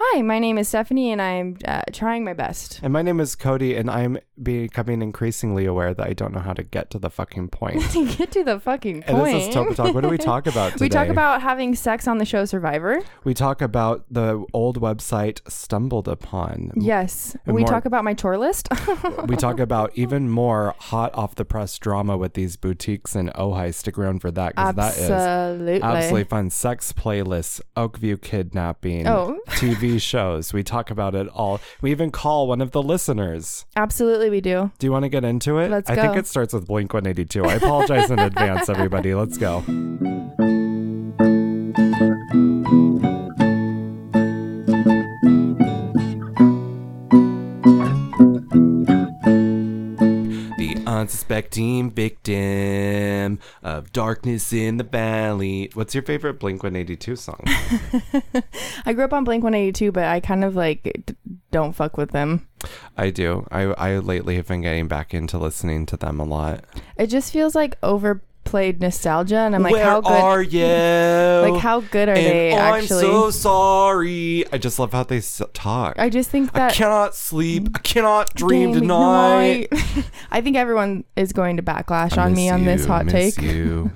Hi, my name is Stephanie, and I'm uh, trying my best. And my name is Cody, and I'm becoming increasingly aware that I don't know how to get to the fucking point. to get to the fucking And point. this is Topa Talk. What do we talk about today? we talk about having sex on the show Survivor. we talk about the old website stumbled upon. Yes. And we more- talk about my chore list. We talk about even more hot off the press drama with these boutiques in Ojai. Stick around for that because that is Absolutely. absolutely fun. Sex playlists, Oakview kidnapping, Oh. TV shows. We talk about it all. We even call one of the listeners. Absolutely, we do. Do you want to get into it? Let's I think go. it starts with Blink 182. I apologize in advance, everybody. Let's go. The unsuspecting victim of darkness in the valley. What's your favorite Blink 182 song? I grew up on Blink 182, but I kind of like d- don't fuck with them. I do. I, I lately have been getting back into listening to them a lot. It just feels like overplayed nostalgia, and I'm like, Where how good? are you? like, how good are and oh, they I'm actually? so sorry. I just love how they s- talk. I, I just think that cannot sleep. I cannot dream Game tonight. night. I think everyone is going to backlash I on me miss on this you, hot miss take. you.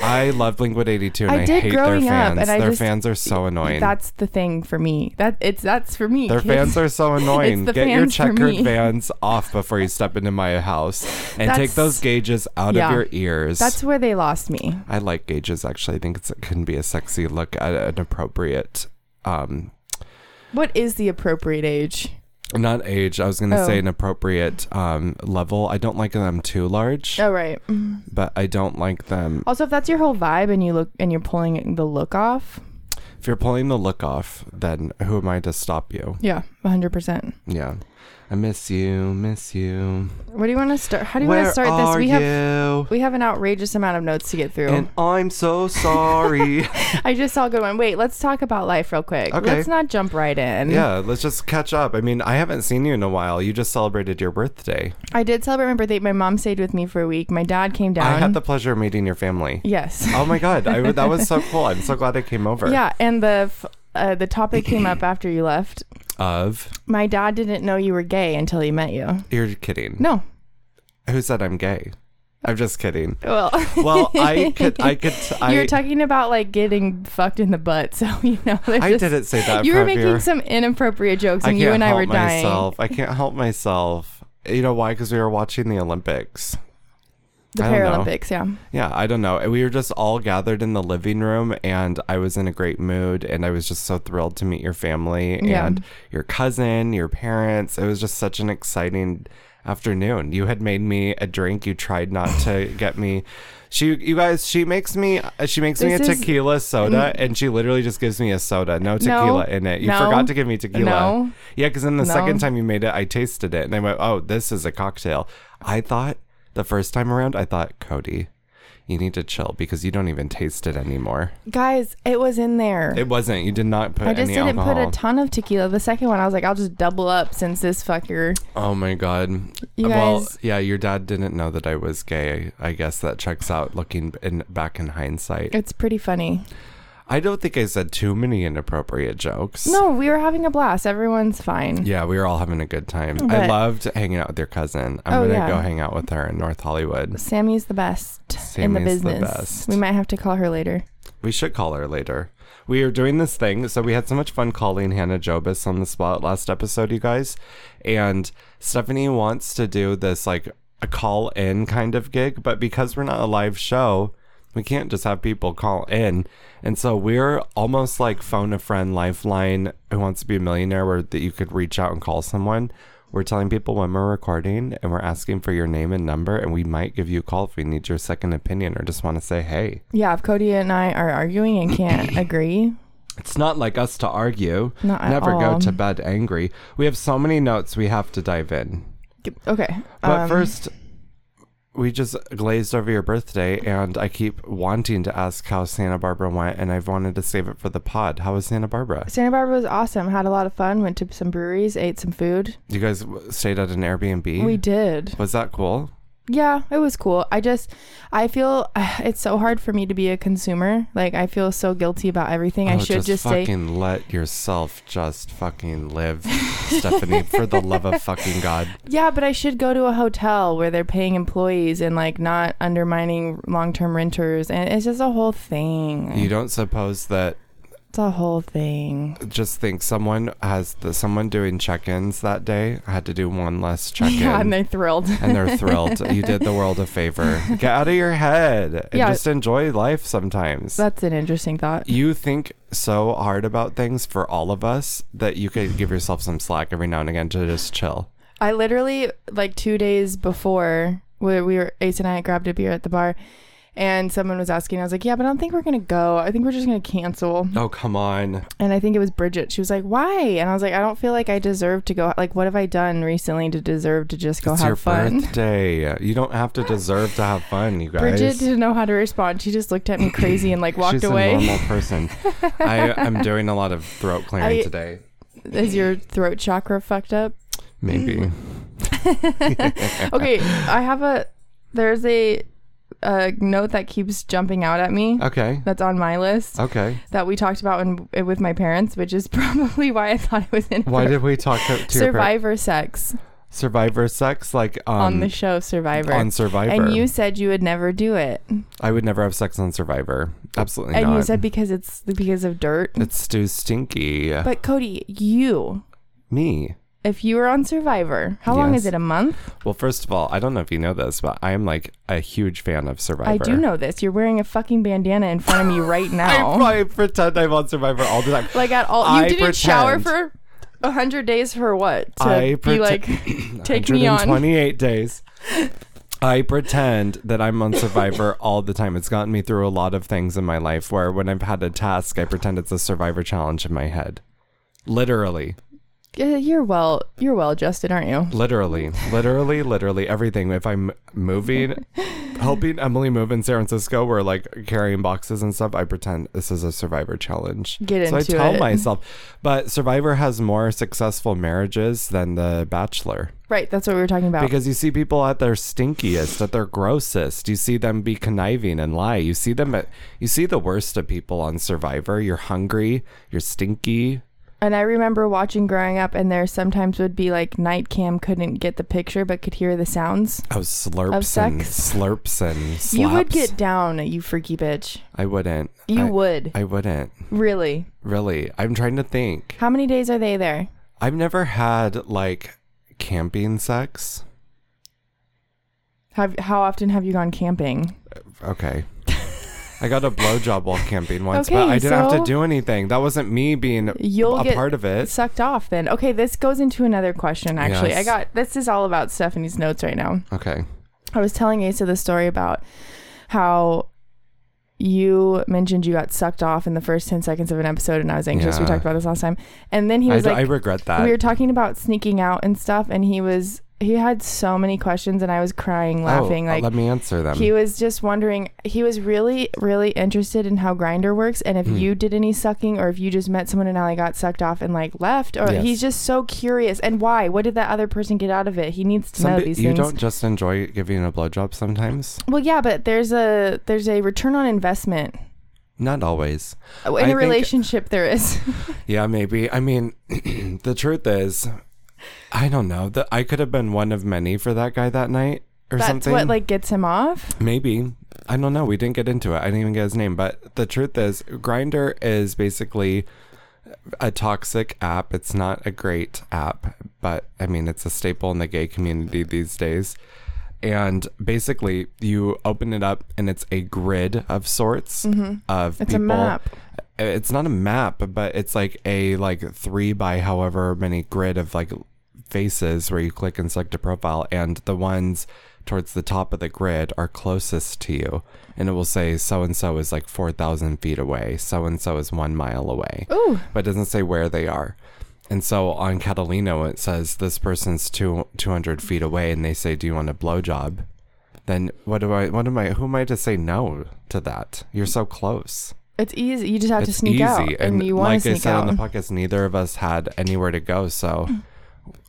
I love Blink 182 and I, I did hate their growing up, fans. and I their just- fans are so annoying. That's the thing for me. That it's that's for me. their kids. fans are so annoying. the Get your fans for checkered me. vans off before you step into my house and take That's- those gauges out yeah. of your ears. That's where they lost me. I like gauges actually. I think it's, it can be a sexy look at an appropriate um, What is the appropriate age? Not age. I was gonna say Oh. an appropriate um, level. I don't like them too large, Oh right. but I don't like them. Also, if that's your whole vibe and you look and you're pulling the look off, If you're pulling the look off, then who am I to stop you? yeah, 100. percent Yeah, I miss you, miss you. What do you want to start? How do you Where want to start this? are We you? have we have an outrageous amount of notes to get through. and I'm so sorry. I just saw a good one. Wait, let's talk about life real quick. Okay. Let's not jump right in. yeah, let's just catch up. I mean, I haven't seen you in a while. You just celebrated your birthday. I did celebrate my birthday. My mom stayed with me for a week. My dad came down. I had the pleasure of meeting your family. yes. Oh my god, I, that was so cool. I'm so glad I came over. Yeah, and the f- uh, the topic came up after you left. Of My dad didn't know you were gay until he met you. you're kidding. No. Who said I'm gay? I'm just kidding. Well, Well, I could, I could, I, you were talking about like getting fucked in the butt, so you know. there's I just- didn't say that. You were Prabir. making some inappropriate jokes, I and can't you and I help were dying. myself. I can't help myself. You know why? Because we were watching the Olympics. The I don't know. Paralympics, yeah. Yeah, I don't know. We were just all gathered in the living room, and I was in a great mood, and I was just so thrilled to meet your family Yeah. and your cousin, your parents. It was just such an exciting afternoon. You had made me a drink. You tried not to get me. She, you guys, she makes me. uh, She makes me a This is- tequila soda, and she literally just gives me a soda, no tequila in it. You no, forgot to give me tequila. no. Yeah, because then the No. second time you made it, I tasted it, and I went, "Oh, this is a cocktail." I thought the first time around, I thought, Cody, you need to chill because you don't even taste it anymore. Guys, it was in there. It wasn't. You did not put I just any didn't alcohol. put a ton of tequila. The second one, I was like, I'll just double up since this fucker. oh my god. You well, guys- yeah, your dad didn't know that I was gay. I guess that checks out looking in, back in hindsight. It's pretty funny. I don't think I said too many inappropriate jokes. No, we were having a blast. Everyone's fine. Yeah, we were all having a good time. I But- loved hanging out with your cousin. I'm Oh, gonna yeah. go hang out with her in North Hollywood. Sammy's the best in the Sammy's the business. best. We might have to call her later. We should call her later. We are doing this thing. So we had so much fun calling Hannah Jobis on the spot last episode, you guys. And Stephanie wants to do this like a call in kind of gig, but because we're not a live show, we can't just have people call in. And so we're almost like phone a friend lifeline who wants to be a millionaire where that you could reach out and call someone. We're telling people when we're recording and we're asking for your name and number and we might give you a call if we need your second opinion or just want to say hey. Yeah, if Cody and I are arguing and can't agree, It's not like us to argue. Not at Never go all. to bed angry. We have so many notes we have to dive in. okay. But um, first, we just glazed over your birthday, and I keep wanting to ask how Santa Barbara went, and I've wanted to save it for the pod. How was Santa Barbara? Santa Barbara was awesome. Had a lot of fun. Went to some breweries, ate some food. You guys w- stayed at an Airbnb? We did. was that cool? yeah, it was cool. I just, I feel it's so hard for me to be a consumer. Like, I feel so guilty about everything. I Oh, should just, say, fucking let yourself just fucking live, Stephanie. For the love of fucking God, yeah, but I should go to a hotel where they're paying employees and like not undermining long term renters. And it's just a whole thing. you don't suppose that it's a whole thing. just think someone has the someone doing check-ins that day had to do one less check-in. Yeah, and and they're thrilled. they're thrilled. You did the world a favor. Get out of your head and Yeah. just enjoy life sometimes. That's an interesting thought. you think so hard about things for all of us that you could give yourself some slack every now and again to just chill. I literally like two days before we, we were Ace and I grabbed a beer at the bar, and someone was asking. I was like, "Yeah, but I don't think we're gonna go. I think we're just gonna cancel." Oh, come on. And I think it was Bridget. She was like, "Why?" And I was like, "I don't feel like I deserve to go. Like, what have I done recently to deserve to just go it's have your fun?" birthday. You don't have to deserve to have fun, you guys. Bridget didn't know how to respond. She just looked at me crazy and like walked She's a away. normal person. I, I'm doing a lot of throat clearing I- today. Is your throat chakra fucked up? Mm. Maybe. Okay, I have a. There's a, a note that keeps jumping out at me. Okay. That's on my list. Okay. that we talked about in, with my parents, which is probably why I thought it was in Why did we talk to, to your par- Survivor sex Survivor sex? Like um, on the show Survivor. on Survivor. And you said you would never do it, I would never have sex on Survivor. Absolutely and not. you said because it's because of dirt. it's too stinky. But Cody, you, Me. if you were on Survivor, how long Yes. is it? A month? Well, first of all, I don't know if you know this, but I am like a huge fan of Survivor. I do know this. You're wearing a fucking bandana in front of me right I, now. I pretend I'm on Survivor all the time. like at all, you I didn't shower pretend. for a hundred days for what? To I be pretend- like, take me on. 28 days. I pretend that I'm on Survivor all the time. It's gotten me through a lot of things in my life where when I've had a task, I pretend it's a Survivor challenge in my head. Literally. Yeah, You're well, you're well adjusted, aren't you? Literally, literally, literally everything. If I'm moving, helping Emily move in San Francisco, we're like carrying boxes and stuff. I pretend this is a Survivor challenge. Get so I into tell it. myself, but Survivor has more successful marriages than The Bachelor Right, that's what we were talking about. because you see people at their stinkiest, at their grossest. You see them be conniving and lie. You see them at, you see the worst of people on Survivor. You're hungry. You're stinky. And I remember watching growing up, and there sometimes would be like night cam couldn't get the picture but could hear the sounds. Oh, slurps Of and sex? slurps and slaps. You would get down, you freaky bitch. I wouldn't. You I- would. I wouldn't. really. Really. I'm trying to think. How many days are they there? I've never had like camping sex. Have, how often have you gone camping? Okay. I got a blowjob while camping once, but Okay, I didn't have so- to do anything. That wasn't me being You'll a get part of it. sucked off then. Okay, this goes into another question, actually. I Yes. got this is all about Stephanie's notes right now. Okay. I was telling Asa the story about how you mentioned you got sucked off in the first 10 seconds of an episode, and I was anxious. We Yeah. talked about this last time. And then he I, was d- like, I regret that. we were talking about sneaking out and stuff and he was he had so many questions and i was crying laughing Oh, uh, like let me answer them. he was just wondering he was really really interested in how grinder works and if Hmm. you did any sucking or if you just met someone and now they got sucked off and like left or Yes. he's just so curious and why what did that other person get out of it he needs to know Somebody- these you things don't just enjoy giving a blowjob sometimes. well yeah but there's a there's a return on investment Not always. in I a think- relationship there is Yeah, maybe. I mean, the truth is, I don't know. That I could have been one of many for that guy that night or that's something. what like gets him off Maybe. I don't know. We didn't get into it. I didn't even get his name. But the truth is, Grinder is basically a toxic app. It's not a great app, but I mean, it's a staple in the gay community these days. And basically, you open it up, and it's a grid of sorts of Mm-hmm. It's a people. map. It's not a map, but it's like a like three by however many grid of like faces where you click and select a profile, and the ones towards the top of the grid are closest to you, and it will say so and so is like four thousand feet away, so and so is one mile away ooh but it doesn't say where they are. And so on Catalino, it says this person's two two hundred feet away, and they say, "Do you want a blowjob?" Then what do I? What am I? Who am I to say no to that? You're so close. it's easy you just have to sneak easy. out and, you want like to sneak I said out on the podcast, neither of us had anywhere to go, so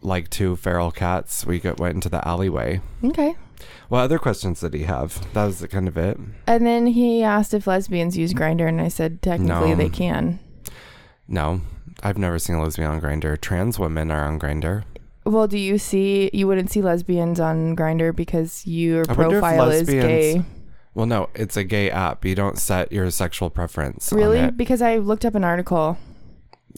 like two feral cats, we got, went into the alleyway. okay What other questions did he have? That was kind of it. And then he asked if lesbians use grinder, and I said technically No. they can. No, I've never seen a lesbian on Grinder. Trans women are on Grinder. Well, do you see? You wouldn't see lesbians on grinder because your I wonder if profile is lesbians- gay. Well, no, it's a gay app. You don't set your sexual preference. on Really? it. Because I looked up an article.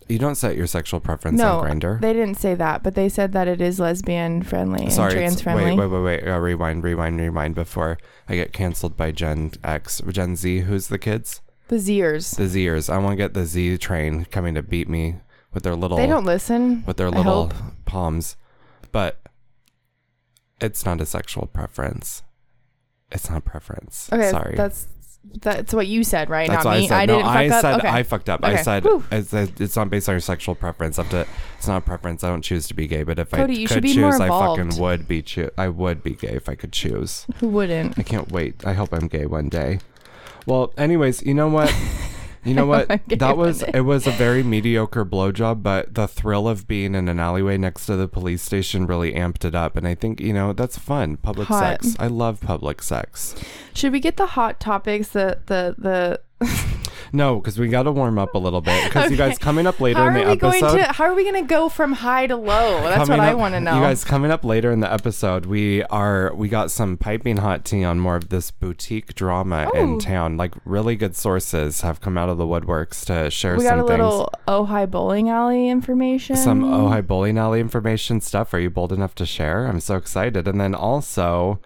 You don't set your sexual preference on Grinder. they didn't say that, but they said that it is lesbian friendly and Sorry, trans it's- wait, friendly. wait, wait, wait. Uh, rewind, rewind, rewind. Before I get canceled by Gen X, Gen Z. Who's the kids? The Zers. The Zers. I want to get the Z train coming to beat me with their little They don't listen. with their I little hope. palms. But it's not a sexual preference. It's not a preference. Okay, Sorry. that's that's what you said, right? That's Not what me. I said. no, didn't fuck I up. said okay. I fucked up. I Okay. said Whew. I said it's not based on your sexual preference. Up to it's not a preference. I don't choose to be gay, but if Cody, I you should could be choose, more I fucking involved. would be choo- I would be gay if I could choose. Who wouldn't? I can't wait. I hope I'm gay one day. Well, anyways, you know what? You know what? I'm gay That one was day. it was a very mediocre blowjob, but the thrill of being in an alleyway next to the police station really amped it up. And I think, you know, that's fun. Public Hot. sex. I love public sex. Should we get the hot topics? The the the. No, because we got to warm up a little bit. Because you guys Okay. coming up later How in are the we episode. going to? How are we going to go from high to low? That's what coming I up- want to know. You guys coming up later in the episode, we are we got some piping hot tea on more of this boutique drama in Oh. town. Like really good sources have come out of the woodworks to share we some got a things. little mm. Ojai bowling alley information. Some uh, Ojai Bowling Alley information stuff. Are you bold enough to share? I'm so excited. And then also,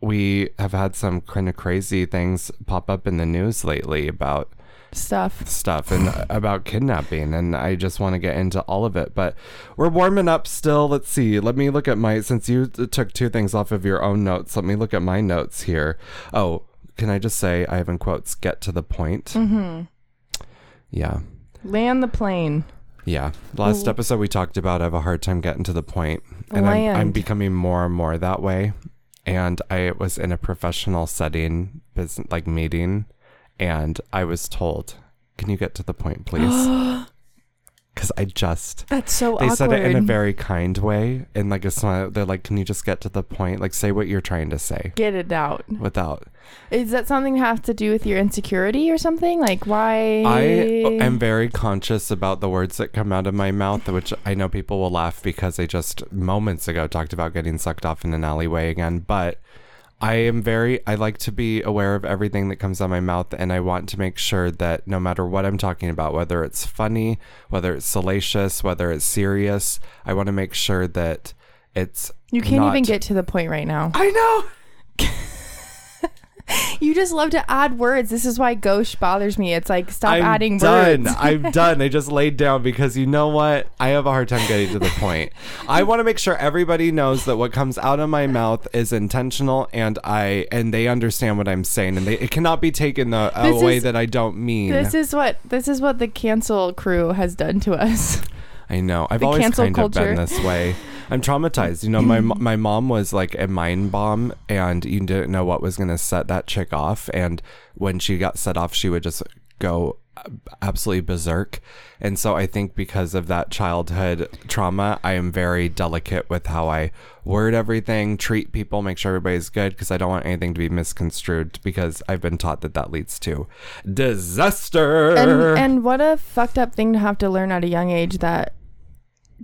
we have had some kind of crazy things pop up in the news lately about stuff. stuff and about kidnapping and I just want to get into all of it but we're warming up still let's see let me look at my since you t- took two things off of your own notes let me look at my notes here oh can I just say I have in quotes get to the point mm-hmm. yeah Land the plane. yeah last episode we talked about I have a hard time getting to the point and I'm, I'm Land. becoming more and more that way and I was in a professional setting business like meeting and I was told can you get to the point please because I just. That's so They awkward. said it in a very kind way, in like a smile. They're like, "Can you just get to the point? Like, say what you're trying to say." Get it out. Without, Is that something have to do with your insecurity or something? Like why? I Eh. uh, am very conscious about the words that come out of my mouth, which I know people will laugh because I just moments ago talked about getting sucked off in an alleyway again. But I am very, I like to be aware of everything that comes out of my mouth, and I want to make sure that no matter what I'm talking about, whether it's funny, whether it's salacious, whether it's serious, I want to make sure that it's You can't even not- get to the point right now. I know. You just love to add words. This is why gauche bothers me. It's like stop I'm adding done. words. I'm done. I just laid down because you know what? I have a hard time getting to the point. I want to make sure everybody knows that what comes out of my mouth is intentional, and I and they understand what I'm saying, and they, it cannot be taken the a This way is- that I don't mean. This is what this is what the cancel crew has done to us. I know. I've The always cancel kind of been culture. this way. I'm traumatized. You know, my mo- my mom was like a mind bomb, and you didn't know what was going to set that chick off. And when she got set off, she would just go ab- absolutely berserk. And so I think because of that childhood trauma, I am very delicate with how I word everything, treat people, make sure everybody's good, because I don't want anything to be misconstrued. Because I've been taught that that leads to disaster. And and what a fucked up thing to have to learn at a young age that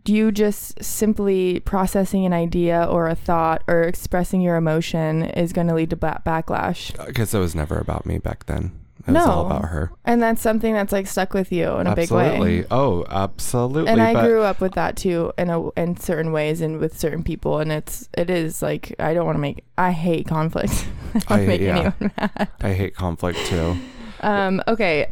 you just simply processing an idea or a thought or expressing your emotion is going to lead to ba- backlash. because it was never about me back then. It was all No. about her. And that's something that's like stuck with you in a big way. absolutely. Oh, absolutely. and I but grew up with that too, in a, in certain ways and with certain people, and it's it is like I don't want to make I hate conflict. I don't I- wanna make yeah. anyone mad. I hate conflict too. Um. Okay.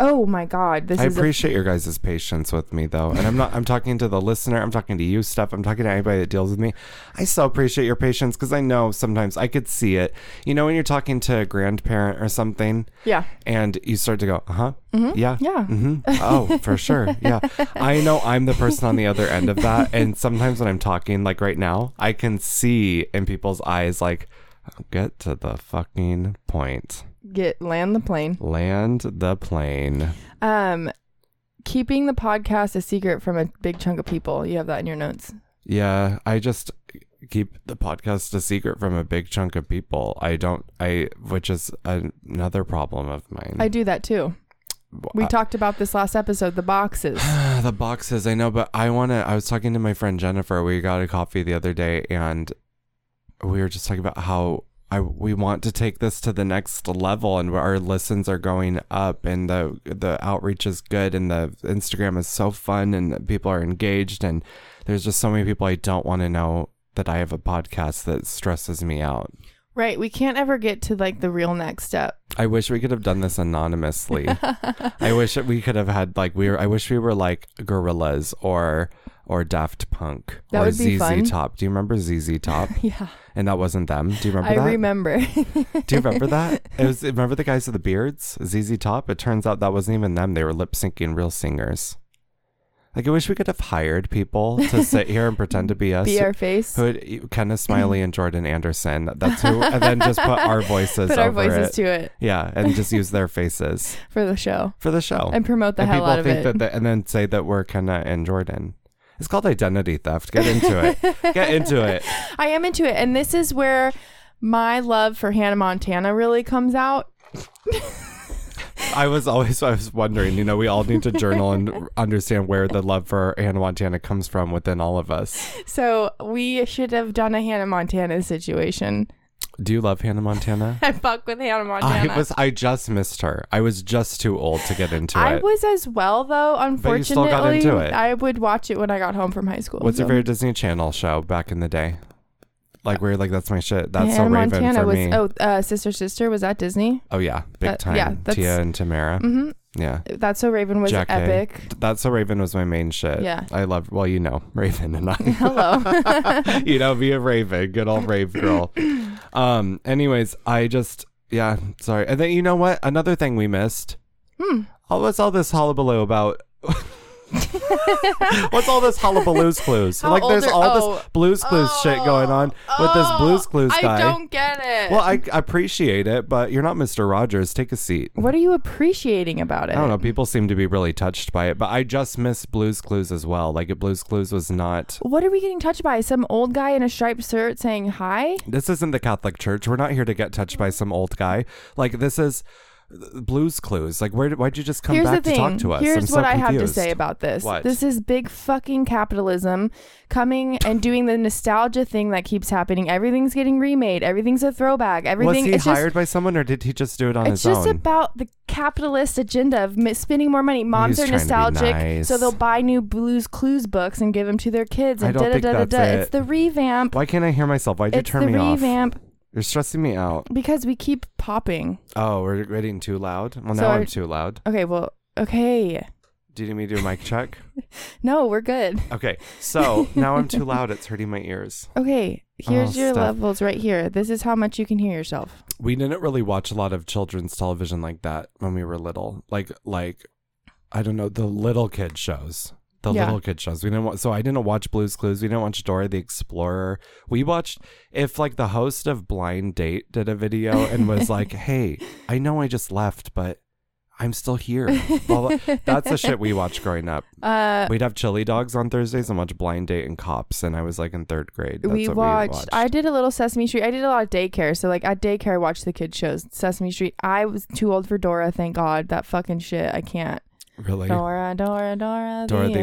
Oh my God, this I is a- appreciate your guys' patience with me though. And I'm not I'm talking to the listener, I'm talking to you stuff, I'm talking to anybody that deals with me. I so appreciate your patience because I know sometimes I could see it. You know when you're talking to a grandparent or something yeah. and you start to go, uh-huh. Mm-hmm. Yeah. Yeah. hmm Oh, for sure. Yeah. I know I'm the person on the other end of that. And sometimes when I'm talking, like right now, I can see in people's eyes, like, get to the fucking point. Get land the plane. Land the plane. Um, keeping the podcast a secret from a big chunk of people. You have that in your notes. Yeah. I just keep the podcast a secret from a big chunk of people. I don't. I which is an- another problem of mine. I do that too. We Uh, talked about this last episode, the boxes. Ah, the boxes, I know, but I want to. I was talking to my friend Jennifer. We got a coffee the other day, and we were just talking about how I we want to take this to the next level, and where our listens are going up, and the the outreach is good, and the Instagram is so fun, and people are engaged, and there's just so many people I don't want to know that I have a podcast that stresses me out. Right. We can't ever get to like the real next step. I wish we could have done this anonymously. I wish that we could have had like we were. I wish we were like gorillas or or Daft Punk That or would be ZZ fun. Top. Do you remember ZZ Top? Yeah. and that wasn't them. Do you remember I that? remember. Do you remember that? It was. Remember the guys with the beards, ZZ Top. It turns out that wasn't even them. They were lip syncing real singers. Like I wish we could have hired people to sit here and pretend to be us. Be our face. who would, Kenneth Smiley and Jordan Anderson. That's who. And then just put our voices Put our over voices to it. it Yeah, and just use their faces for the show for the show. and promote the Oh. and hell people out of think it. that, the- and then say that we're Kenna and Jordan. It's called identity theft. Get into it. Get into it. I am into it. And this is where my love for Hannah Montana really comes out. I was always I was wondering. You know, we all need to journal and understand where the love for Hannah Montana comes from within all of us. So we should have done a Hannah Montana situation. Do you love Hannah Montana? I fuck with Hannah Montana. I was I just missed her. I was just too old to get into I it. was as well though. Unfortunately, you still got into it. I would watch it when I got home from high school. What's your so- favorite Disney Channel show back in the day? Like where you're like that's my shit. That's so Hannah Raven Montana for was me. oh uh, sister sister was that Disney? Oh yeah, big That- time. yeah, that's- Tia and Tamara. Mm-hmm. Yeah, That's so Raven was Jack A. epic. that's so Raven was my main shit. Yeah. I love. Well, you know, Raven and I. Hello. you know, be a Raven, good old Rave girl. Um. Anyways, I just yeah. Sorry. And then you know what? Another thing we missed. Hmm. what's all this hullabaloo about? What's all this hullabaloo's clues? How like, old there's are- all oh. this Blues Clues shit going on with this Blues Clues guy. I don't get it. Well, I, I appreciate it, but you're not Mr. Rogers. Take a seat. what are you appreciating about it? I don't know. People seem to be really touched by it, but I just miss Blues Clues as well. Like, Blues Clues was not. What are we getting touched by? Some old guy in a striped shirt saying hi? This isn't the Catholic Church. We're not here to get touched by some old guy. Like, this is uh, Blues Clues. Like, where, why'd you just come Here's back the to thing. talk to us? Here's I'm what so I have to confused. say about this. What? This is big fucking capitalism coming and doing the nostalgia thing that keeps happening. Everything's getting remade. Everything's a throwback. Was Everything he it's just- hired by someone or did he just do it on It's his just own? about the capitalist agenda of mi- spending more money. Moms He's are trying to be nostalgic, nice. so they'll buy new Blues Clues books and give them to their kids. I And don't da da think da da that's da. it. It's the revamp. Why can't I hear myself? Why'd you It's turn the me off? revamp You're stressing me out. because we keep popping. Oh, we're getting too loud? Well, now So are- I'm too loud. Okay, well, okay. Do you need me to do a mic check? No, we're good. Okay, so now I'm too loud. It's hurting my ears. Okay, here's Oh, your stuff. levels right here. This is how much you can hear yourself. We didn't really watch a lot of children's television like that when we were little. Like, like, I don't know, the little kid shows. The Yeah. little kid shows. We didn't. Wa- so I didn't watch Blue's Clues. We didn't watch Dora the Explorer. We watched if like the host of Blind Date did a video and was like, "Hey, I know I just left, but I'm still here." Well, that's the shit we watched growing up. Uh, We'd have chili dogs on Thursdays and watch Blind Date and Cops, and I was like in third grade. That's we what watched, We watched. I did a little Sesame Street. I did a lot of daycare. So, like, at daycare, I watched the kids' shows. Sesame Street. I was too old for Dora, thank God. That fucking shit. I can't. really Dora, Dora, Dora, Dora the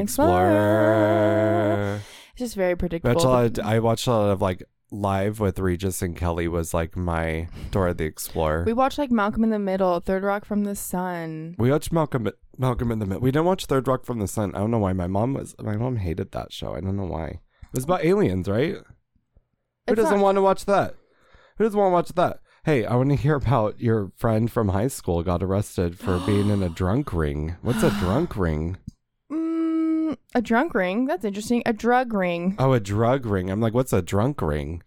Explorer. It's just very Watched predictable. a lot of- I watched a lot of like live with Regis and Kelly was like my Dora the Explorer. we We, watched, like, Malcolm in the Middle, Third Rock from the Sun. watched Malcolm Malcolm in the Middle. We didn't watch Third Rock from the Sun. I don't know why my mom was my mom hated that show. I don't know why. It was about aliens, right? Who It's doesn't not- want to watch that? Who doesn't want to watch that? Hey, I want to hear about your friend from high school got arrested for being in a drunk ring. What's a drunk ring? Mm, a drunk ring. That's interesting. A drug ring. Oh, a drug ring. I'm like, what's a drunk ring?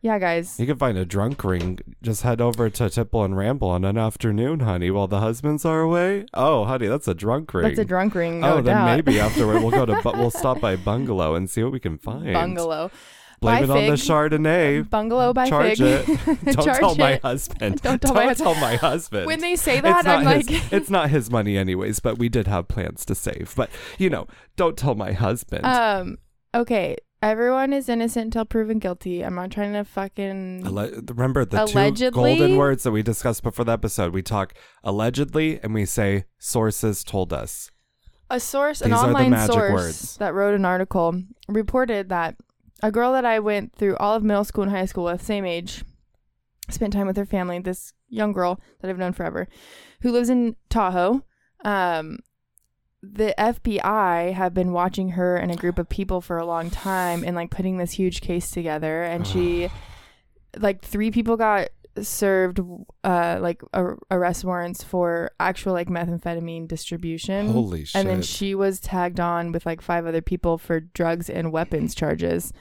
Yeah, guys. You can find a drunk ring. Just head over to Tipple and Ramble on an afternoon, honey, while the husbands are away. Oh, honey, that's a drunk ring. That's a drunk ring. No Oh, then doubt. maybe afterward we'll go to but we'll stop by Bungalow and see what we can find. Bungalow. Blame By it on the Fig. Chardonnay. Bungalow by Charge Fig. it. Don't Charge tell my it. husband. Don't tell my hus- husband. When they say that, I'm his, like, it's not his money Uh, anyways, but we did have plans to save. But you know, don't tell my husband. um, okay. Everyone is innocent until proven guilty. I'm not trying to fucking. Alle- remember the two Allegedly? golden words that we discussed before the episode. We talk allegedly and we say sources told us. A source, an These are the online magic source words. that wrote an article reported that a girl that I went through all of middle school and high school with, same age, spent time with her family, this young girl that I've known forever, who lives in Tahoe. Um, the FBI have been watching her and a group of people for a long time and like putting this huge case together. And she, like, three people got served uh like a- arrest warrants for actual like methamphetamine distribution Holy shit. and then she was tagged on with like five other people for drugs and weapons charges.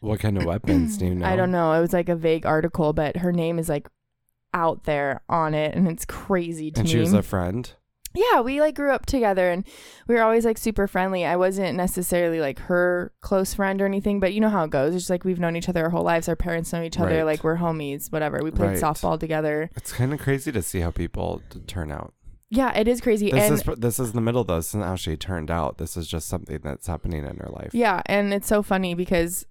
what kind of weapons do you know? I don't know. It was like a vague article, but her name is like out there on it, and it's crazy to And me. she was a friend. yeah, we like grew up together, and we were always like super friendly. I wasn't necessarily like her close friend or anything, but you know how it goes. It's just like we've known each other our whole lives. Our parents know each other. Right. Like we're homies. Whatever. We played Right. softball together. It's kind of crazy to see how people t- turn out. Yeah, it is crazy. This and is this is the middle though. This isn't how she turned out. This is just something that's happening in her life. Yeah, and it's so funny because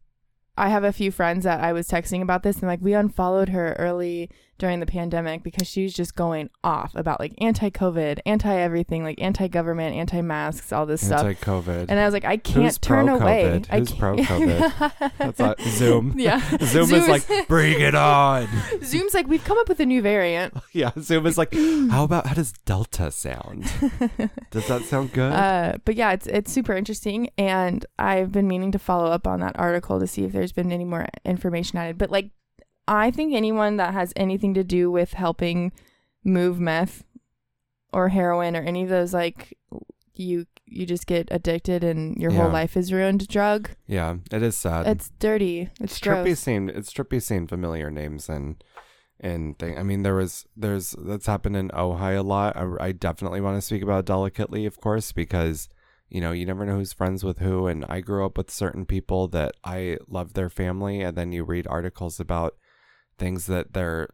I have a few friends that I was texting about this, and like we unfollowed her early during the pandemic because she was just going off about like anti-COVID, anti-everything, like anti-government, anti-masks, all this stuff. Anti-COVID. And I was like, I can't Who's turn away. pro-COVID? I Who's can't- pro-COVID? That's not- Zoom. Yeah, Zoom is like, bring it on. Zoom's like we've come up with a new variant. yeah. Zoom is like, how about how does Delta sound? Does that sound good? Uh, but yeah, it's it's super interesting, and I've been meaning to follow up on that article to see if there's been any more information added. But like, I think anyone that has anything to do with helping move meth or heroin or any of those like you you just get addicted and your whole Yeah. life is ruined drug. yeah, it is sad. It's dirty. It's, it's trippy gross. seeing it's trippy seeing familiar names and and thing. I mean, there was there's that's happened in Ojai a lot. I, I definitely want to speak about it delicately, of course, because you know you never know who's friends with who. And I grew up with certain people that I love their family, and then you read articles about things that they're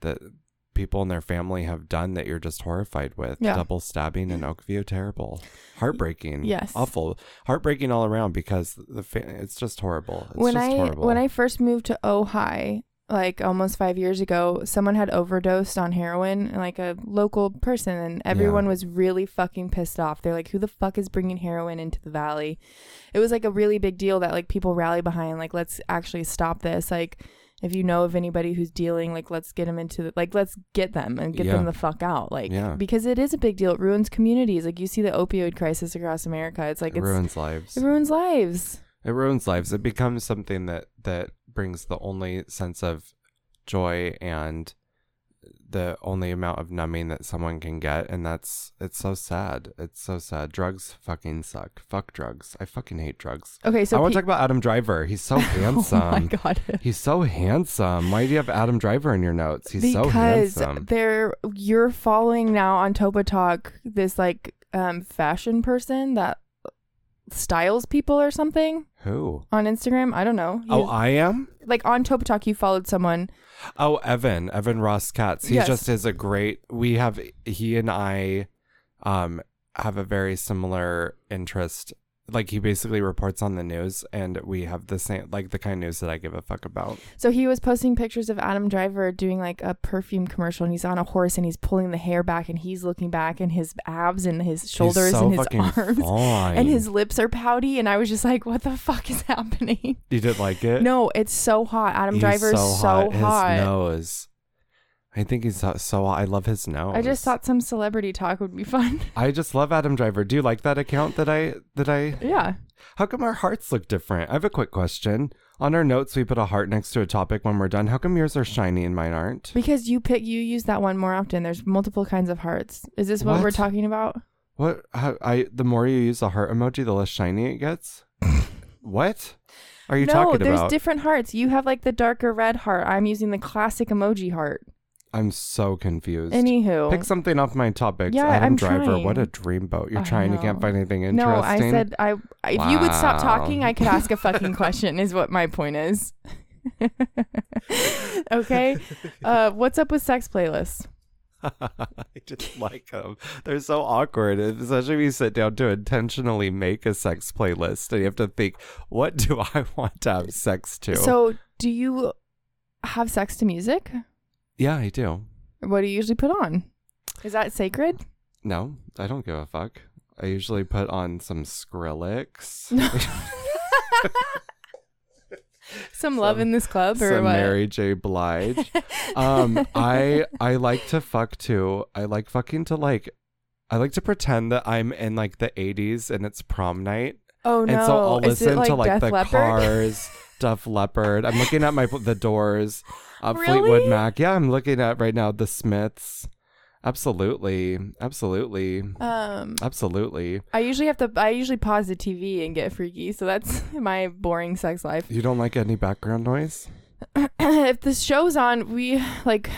that people in their family have done that you're just horrified with. Yeah. Double stabbing in Oakview, terrible, heartbreaking, Yes. awful, heartbreaking all around because the fa- it's just horrible. It's when just I horrible. when I first moved to Ojai, like almost five years ago, someone had overdosed on heroin, like a local person, and everyone was really fucking pissed off. They're like, "Who the fuck is bringing heroin into the valley?" It was like a really big deal that like people rally behind, like, "Let's actually stop this!" Like, if you know of anybody who's dealing, like, let's get them into the, like, let's get them and get them Yeah. the fuck out, like, Yeah. because it is a big deal. It ruins communities. Like you see the opioid crisis across America. It's like it it's ruins lives. it ruins lives. It ruins lives. It becomes something that that brings the only sense of joy and the only amount of numbing that someone can get, and that's it's so sad. It's so sad. Drugs fucking suck. Fuck drugs. I fucking hate drugs. Okay, so I want pe- to talk about Adam Driver. He's so handsome. Oh my god. He's so handsome. Why do you have Adam Driver in your notes? He's so because handsome. they're you're following now on Topa Talk this like um fashion person that styles people or something Who? on Instagram. I don't know. Oh, You- I am. like on Topa Talk, you followed someone. Oh, Evan, Evan Ross Katz. He Yes. just is a great. We have he and I um have a very similar interest. Like he basically reports on the news, and we have the same like the kind of news that I give a fuck about. So he was posting pictures of Adam Driver doing like a perfume commercial, and he's on a horse and he's pulling the hair back and he's looking back and his abs and his shoulders He's so and his fucking arms. fine. And his lips are pouty, and I was just like, "What the fuck is happening?" you did like it. No, it's so hot. Adam He's Driver is so hot. His nose. I think he's so, so hot. I love his nose. I just thought some celebrity talk would be fun. I just love Adam Driver. Do you like that account that I that I yeah. How come our hearts look different? I have a quick question. On our notes, we put a heart next to a topic when we're done. How come yours are shiny and mine aren't? Because you pick you use that one more often. There's multiple kinds of hearts. Is this what, we're What? talking about? What? How, I the more you use a heart emoji, the less shiny it gets. what are you no, talking there's about? different hearts. You have like the darker red heart. I'm using the classic emoji heart. I'm so confused. Anywho. Pick something off my topics. Yeah, Adam I'm Driver, what trying. a dreamboat! You're I trying, you can't know. find anything interesting. no, I said I I- if you would stop Wow. talking, I could ask a fucking question is what my point is. okay. Uh what's up with sex playlists? I just like them. They're so awkward, especially if you sit down to intentionally make a sex playlist and you have to think, what do I want to have sex to? So, do you have sex to music? yeah, I do. What do you usually put on? Is that sacred? No, I don't give a fuck. I usually put on some Skrillex, Some love in this club or some what? Mary J. Blige. um, I I like to fuck too. I like fucking to like. I like to pretend that I'm in like the 80s and it's prom night, oh no! and so I'll Is listen it like to like Death the Leopard? Cars, Def Leppard. I'm looking at my the Doors, uh, Fleetwood Really? Mac. Yeah, I'm looking at right now the Smiths. Absolutely, absolutely, Um, absolutely. I usually have to. I usually pause the TV and get freaky. So that's my boring sex life. You don't like any background noise? if the show's on, we like.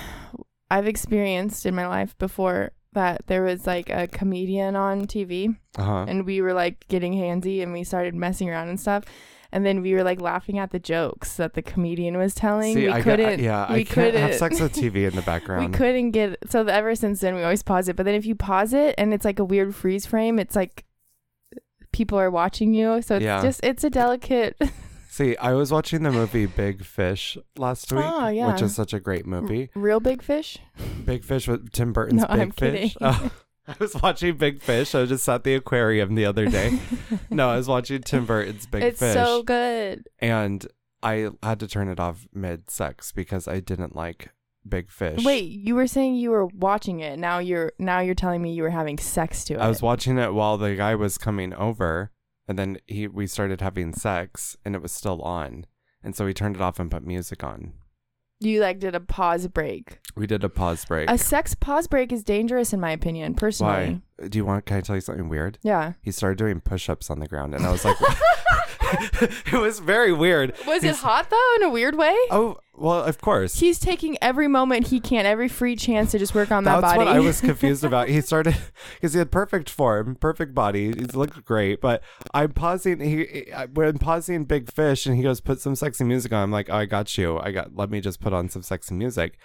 I've experienced in my life before that there was like a comedian on TV, Uh huh. and we were like getting handsy, and we started messing around and stuff. And then we were like laughing at the jokes that the comedian was telling. we I ca- couldn't. yeah, we I can't couldn't. have sex with TV in the We background. couldn't get so th- ever since then we always pause it. But then if you pause it and it's like a weird freeze frame, it's like people are watching you. So it's Yeah. just it's a delicate. See, I was watching the movie Big Fish last week, Oh, yeah. which is such a great movie. Real big fish. Big Fish with Tim Burton's No, Big I'm Fish. kidding. Oh, I was watching Big Fish. I was just at the aquarium the other day. no, I was watching Tim Burton's Big it's Fish, so good. and I had to turn it off mid-sex because I didn't like Big Fish. Wait, you were saying you were watching it. Now you're now you're telling me you were having sex to it. I was watching it while the guy was coming over, and then he we started having sex, and it was still on, and so we turned it off and put music on. you like did a pause break. We did a pause break. A sex pause break is dangerous in my opinion, personally. Why? Uh, Do you want? Can I tell you something weird? Yeah. He started doing push-ups on the ground, and I was like, it was very weird. Was it He's- hot though in a weird way? Oh well, of course. He's taking every moment he can, every free chance to just work on that That's body. what I was confused about. He started because he had perfect form, perfect body. He looked great, but I'm pausing. He I- when pausing Big Fish, and he goes, "Put some sexy music on." I'm like, "Oh, I got you. I got. Let me just put on some sexy music."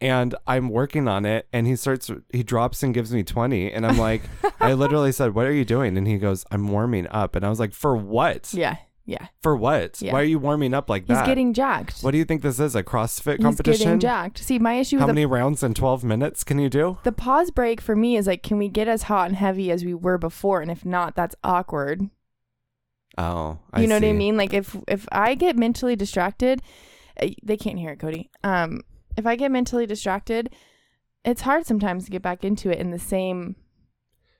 And I'm working on it, and he starts. He drops and gives me twenty, and I'm like, I literally said, "What are you doing?" And he goes, "I'm warming up," and I was like, "For what? Yeah, yeah. For what? Yeah. Why are you warming up like He's that?" getting jacked. What do you think this is? A CrossFit He's getting competition? jacked. See, my issue How with the, many rounds in 12 minutes can you do? the pause break for me is like, can we get as hot and heavy as we were before? And if not, that's awkward. Oh, I You know what I see. mean? Like if if I get mentally distracted, uh, they can't hear it, Cody. Um, if I get mentally distracted, it's hard sometimes to get back into it in the same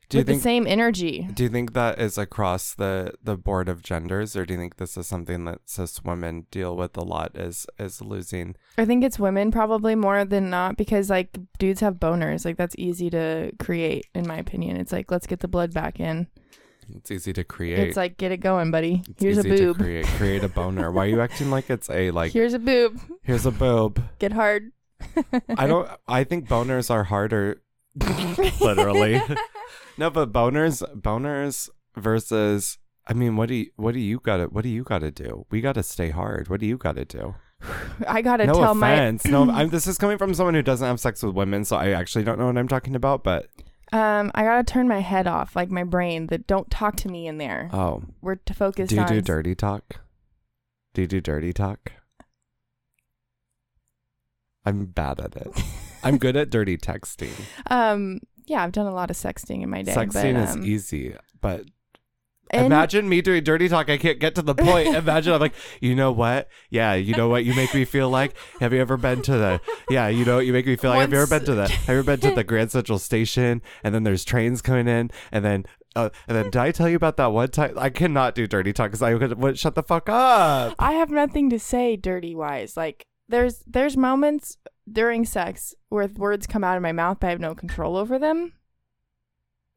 Do you with think the same energy. do you think that is across the the board of genders or do you think this is something that cis women deal with a lot is is losing? I think it's women probably more than not because like dudes have boners. Like that's easy to create, in my opinion. It's like let's get the blood back in. It's easy to create. It's like get it going, buddy. It's Here's a easy boob. to create create a boner. Why are you acting like it's a like Here's a boob. here's a boob? Get hard. I don't I think boners are harder literally. no, but boners boners versus I mean, what do you what do you gotta what do you gotta do? We gotta stay hard. What do you gotta do? I gotta no tell offense. no, I'm, this is coming from someone who doesn't have sex with women, so I actually don't know what I'm talking about. But my um. I gotta turn my head off, like my brain. That don't talk to me in there. oh, We're to focus do you on. do dirty talk? Do you do dirty talk? I'm bad at it. I'm good at dirty texting. Um. Yeah, I've done a lot of sexting in my day. Sexting but, is um, easy, but and- imagine me doing dirty talk. I can't get to the point. Imagine I'm like, you know what? Yeah, you know what? You make me feel like. Have you ever been to the? Yeah, you know what? You make me feel like. Have you ever been to the? Have you ever been to the Grand Central Station? And then there's trains coming in, and then. Uh, and then did I tell you about that one time? I cannot do dirty talk because I could what, shut the fuck up. I have nothing to say dirty wise. Like there's there's moments during sex where words come out of my mouth but I have no control over them.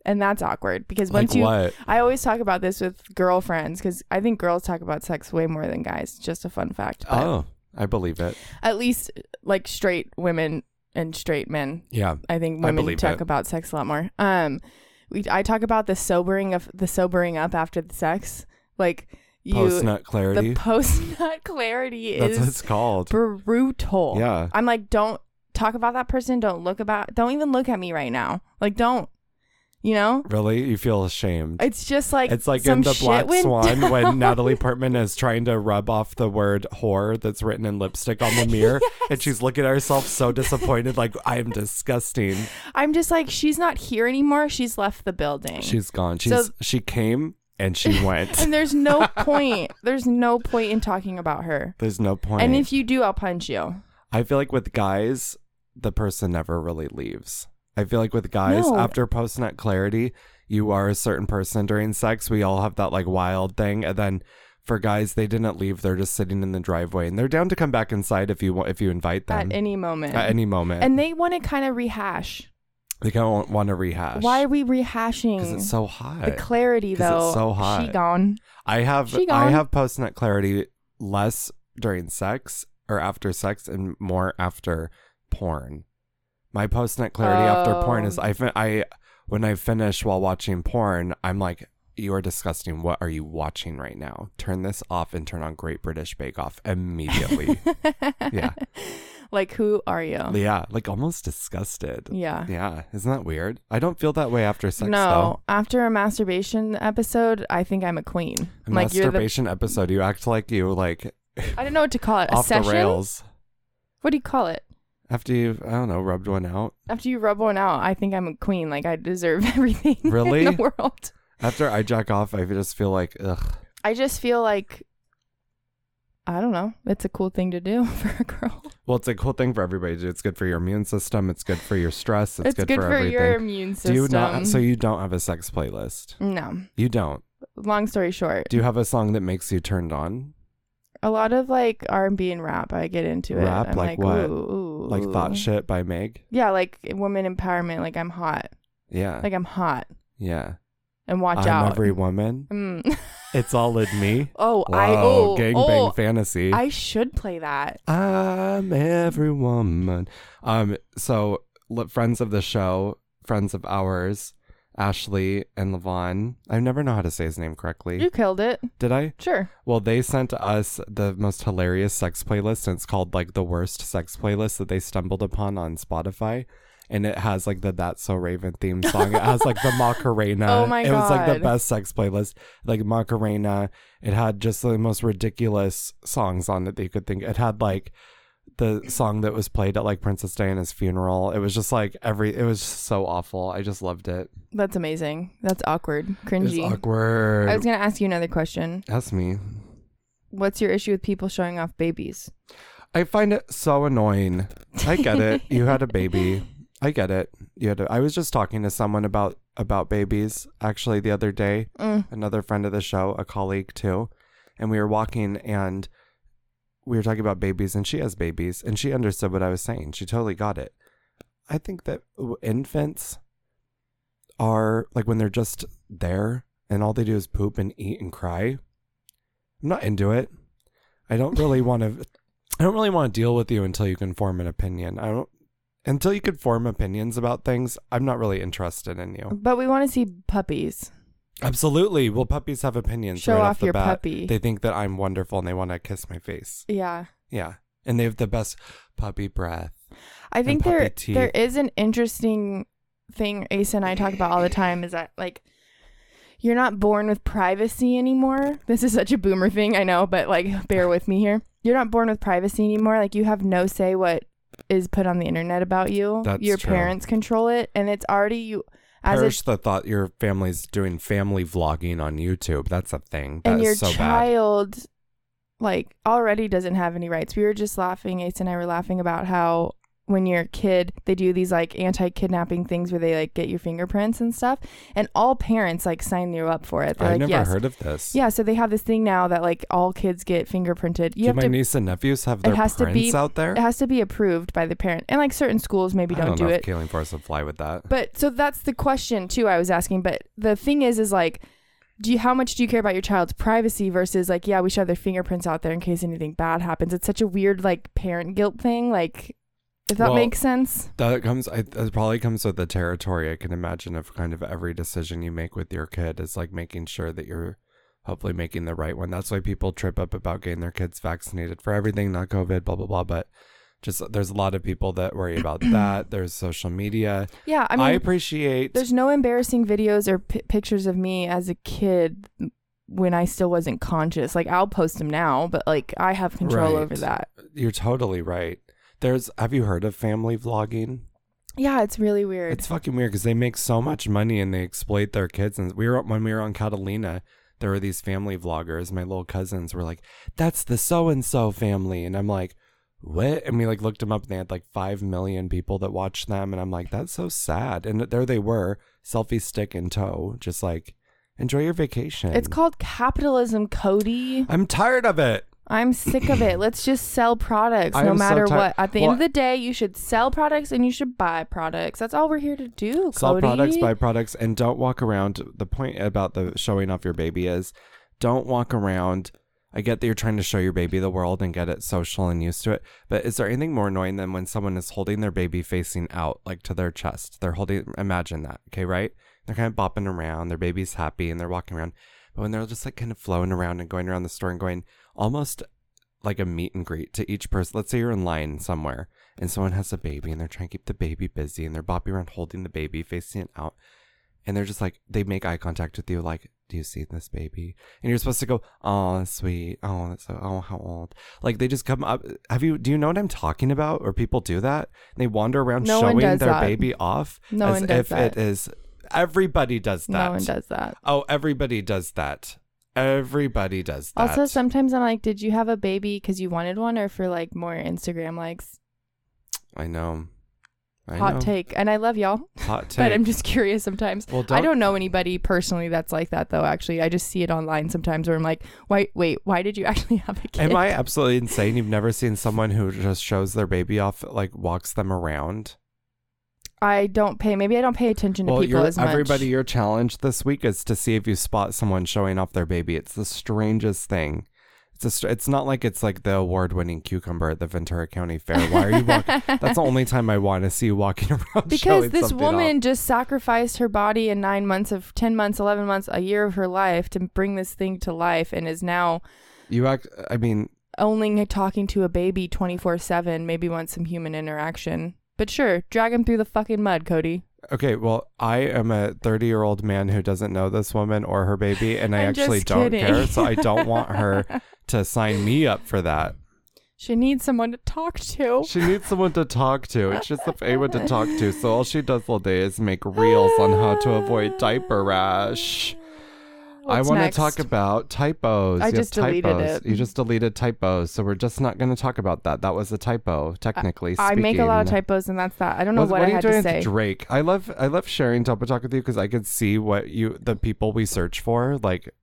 And that's awkward because once you what? I always talk about this with girlfriends cuz I think girls talk about sex way more than guys. Just a fun fact. But Oh, I believe it. At least like straight women and straight men Yeah, I think I women believe talk it. about sex a lot more. Um, we I talk about the sobering of the sobering up after the sex, like you post nut the clarity. post nut clarity That's is what it's called. brutal. Yeah. I'm like, don't talk about that person. Don't look about. Don't even look at me right now. Like, don't. You know, Really? You feel ashamed. it's just like It's like some in the shit Black went Swan down. when Natalie Portman is trying to rub off the word whore that's written in lipstick on the mirror. And she's looking at herself so disappointed, like, I am disgusting. I'm just like, she's not here anymore. She's left the building. She's gone. She's So- she came and she went. and there's no point. There's no point in talking about her. There's no point. And if you do, I'll punch you. I feel like with guys, the person never really leaves. I feel like with guys, No. after post nut clarity, you are a certain person during sex. We all have that like wild thing, and then for guys, they didn't leave. They're just sitting in the driveway, and they're down to come back inside if you want, if you invite them at any moment. at any moment. and they want to kind of rehash. they don't want to rehash. Why are we rehashing? Because it's so hot. the clarity 'Cause though. it's so hot. She gone. I have She I gone. have post nut clarity less during sex or after sex and more after porn. My post nut clarity after porn Oh. is I fin- I when I finish while watching porn, I'm like you are disgusting. What are you watching right now? Turn this off and turn on Great British Bake Off immediately. yeah. Like who are you? Yeah, like almost disgusted. Oh. Yeah. Yeah, isn't that weird? I don't feel that way after sex though. no, after a masturbation episode, I think I'm a queen. A like you're the masturbation episode, you act like you like I don't know what to call it. A off session? the rails. What do you call it? After you've, I don't know, rubbed one out. After you rub one out, I think I'm a queen. Like I deserve everything Really? in the world. After I jack off, I just feel like, ugh. I just feel like I don't know. It's a cool thing to do for a girl. Well, it's a cool thing for everybody to do. It's good for your immune system. It's good for your stress. It's, It's, good, for, everything. your immune do system. you not? So you don't have a sex playlist. no. You don't. Long story short, Do you have a song that makes you turned on, a lot of like R and B and rap. I get into it. Rap? I'm like, Like what? Ooh, ooh, like ooh." "Thought Shit" by Meg? Yeah, like woman empowerment. Like I'm hot. Yeah, Like I'm hot. yeah. And watch I'm out. every woman. Mm. It's all in me. oh, Wow, I oh, gangbang oh fantasy. I should play that. I'm every woman. Um, so li- friends of the show, friends of ours, Ashley and Levon. I never know how to say his name correctly. You killed it. Did I? Sure. Well, they sent us the most hilarious sex playlist, and it's called like the worst sex playlist that they stumbled upon on Spotify. And it has like the That's So Raven theme song. It has like the Macarena. Oh my It was like the God. best sex playlist. Like Macarena. It had just the most ridiculous songs on it that you could think. It had like the song that was played at like Princess Diana's funeral. It was just like every, it was so awful. I just loved it. That's amazing. That's awkward. It was Cringy. awkward. I was gonna ask you another question. Ask me. What's your issue with people showing off babies? I find it so annoying. I get it. you had a baby. I get it. You had. A, I was just talking to someone about about babies actually the other day. Mm. Another friend of the show, a colleague too, and we were walking and we were talking about babies, and she has babies, and she understood what I was saying. She totally got it. I think that w- infants are like when they're just there and all they do is poop and eat and cry. I'm not into it. I don't really want to. I don't really want to deal with you until you can form an opinion. I don't. Until you can form opinions about things, I'm not really interested in you. But we want to see puppies. Absolutely. Well, puppies have opinions. Show right off the your bat. puppy. They think that I'm wonderful and they want to kiss my face. Yeah. Yeah, and they have the best puppy breath. I think puppy there teeth. there is an interesting thing Ace and I talk about all the time is that like you're not born with privacy anymore. This is such a boomer thing, I know, but like bear with me here. You're not born with privacy anymore. Like you have no say what is put on the internet about you. That's Your true. parents control it and it's already you as a Perish the thought your family's doing family vlogging on YouTube. That's a thing. That and your is so bad. child like already doesn't have any rights we were just laughing ace and i were laughing about how when you're a kid they do these like anti-kidnapping things where they like get your fingerprints and stuff and all parents like sign you up for it they're I like never yes heard of this. yeah so they have this thing now that like all kids get fingerprinted you Do have my to niece and nephews have their has to be- prints out there? it has to be approved by the parent and like certain schools maybe I don't, know do if it Kaling Force would fly with that. But so that's the question too I was asking. But the thing is, is like, do you how much do you care about your child's privacy versus like, yeah, we should have their fingerprints out there in case anything bad happens. It's such a weird like parent guilt thing. Like, if that Well- makes sense. That comes. I, that probably comes with the territory. I can imagine of kind of every decision you make with your kid is like making sure that you're hopefully making the right one. That's why people trip up about getting their kids vaccinated for everything, not COVID, blah blah blah. But just there's a lot of people that worry about that. There's social media. Yeah, I I, mean, appreciate there's no embarrassing videos or pi pictures of me as a kid when I still wasn't conscious. Like I'll post them now, but like I have control Right. over that. you're totally right. There's have you heard of family vlogging? Yeah, it's really weird. It's fucking weird because they make so much money and they exploit their kids. And we were when we were on Catalina, there were these family vloggers. My little cousins were like, "That's the so and so family," and I'm like, "What?" And we like looked them up, and they had like five million people that watched them. And I'm like, "That's so sad." And there they were, selfie stick in tow, just like, "Enjoy your vacation." it's called capitalism, Cody. I'm tired of it. I'm sick of it. Let's just sell products I no am so matter ti- what. At the end of Well- the day, you should sell products and you should buy products. That's all we're here to do, Sell Cody. products, buy products, and don't walk around. The point about the showing off your baby is don't walk around. I get that you're trying to show your baby the world and get it social and used to it, but is there anything more annoying than when someone is holding their baby facing out, like to their chest? They're holding, imagine that, okay, right? They're kind of bopping around, their baby's happy, and they're walking around. But when they're just like kind of flowing around and going around the store and going almost like a meet and greet to each person. Let's say you're in line somewhere and someone has a baby and they're trying to keep the baby busy and they're bopping around holding the baby, facing it out. And they're just like, they make eye contact with you, like, do you see this baby? And you're supposed to go, oh, that's sweet. Oh, that's so, oh, how old. Like, they just come up. Have you, do you know what I'm talking about? Or people do that? They wander around No one showing their does that. baby off No as one does if that. it is, everybody does that. No one does that. Oh, everybody does that. Everybody does that. Also, sometimes I'm like, did you have a baby because you wanted one or for like more Instagram likes? I know. I Hot know. take. And I love y'all, Hot take. but I'm just curious sometimes. well, I don't know anybody personally that's like that though. Actually, I just see it online sometimes where I'm like, why? Wait, why did you actually have a kid? Am I absolutely insane? You've never seen someone who just shows their baby off, like walks them around. I don't pay. Maybe I don't pay attention to Well, people you're, as much. everybody, your challenge this week is to see if you spot someone showing off their baby. It's the strangest thing. It's a, str- it's not like it's like the award-winning cucumber at the Ventura County Fair. Why are you walking? That's the only time I want to see you walking around. because showing this something woman off. just sacrificed her body in nine months of ten months, eleven months, a year of her life to bring this thing to life, and is now you act. I mean, only talking to a baby twenty four seven. Maybe wants some human interaction. But sure, drag him through the fucking mud, Cody. Okay, well, I am a 30 year old man who doesn't know this woman or her baby, and I I'm actually just don't kidding. care. So I don't want her to sign me up for that. She needs someone to talk to. She needs someone to talk to. It's just anyone to talk to. So all she does all day is make reels on how to avoid diaper rash. What's I want next? to talk about typos. I You have just deleted typos. it. You just deleted typos, so we're just not going to talk about that. That was a typo, technically I make a lot of speaking. typos, and that's that. I don't know What- what, what I are you had doing to with say. Drake. I love I love sharing Double Talk with you because I could see what you the people we search for, like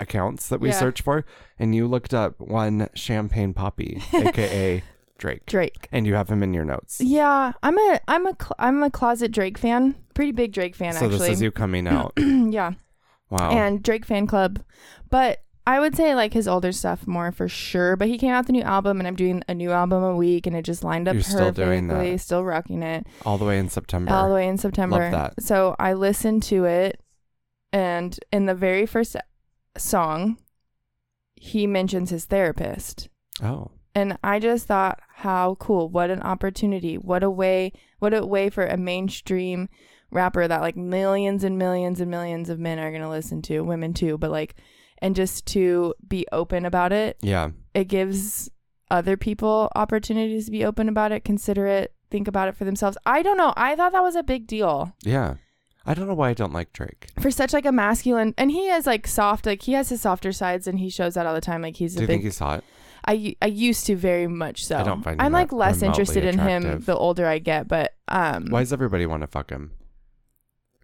accounts that we Yeah. search for, and you looked up one champagne poppy, aka Drake. Drake. And you have him in your notes. Yeah, I'm a I'm a cl- I'm a closet Drake fan. Pretty big Drake fan so actually. this is you coming out. yeah, Wow. and Drake fan club. But I would say like his older stuff more for sure. But he came out the new album, and I'm doing a new album a week, and it just lined up You're still perfectly. doing that. Still rocking it all the way in September. all the way in September. that. So I listened to it, and in the very first song, he mentions his therapist. oh. and I just thought, how cool! What an opportunity! What a way! What a way for a mainstream rapper that like millions and millions and millions of men are gonna listen to, women too, but like, and just to be open about it, Yeah. it gives other people opportunities to be open about it, consider it, think about it for themselves. I don't know. I thought that was a big deal Yeah. I don't know why I don't like Drake. for such like a masculine, and he is like soft, like he has his softer sides, and he shows that all the time. Like he's a Do you big think he's hot? I I used to very much so. I don't find am him like that less remotely interested in him attractive. the older I get, but um, Why does everybody want to fuck him?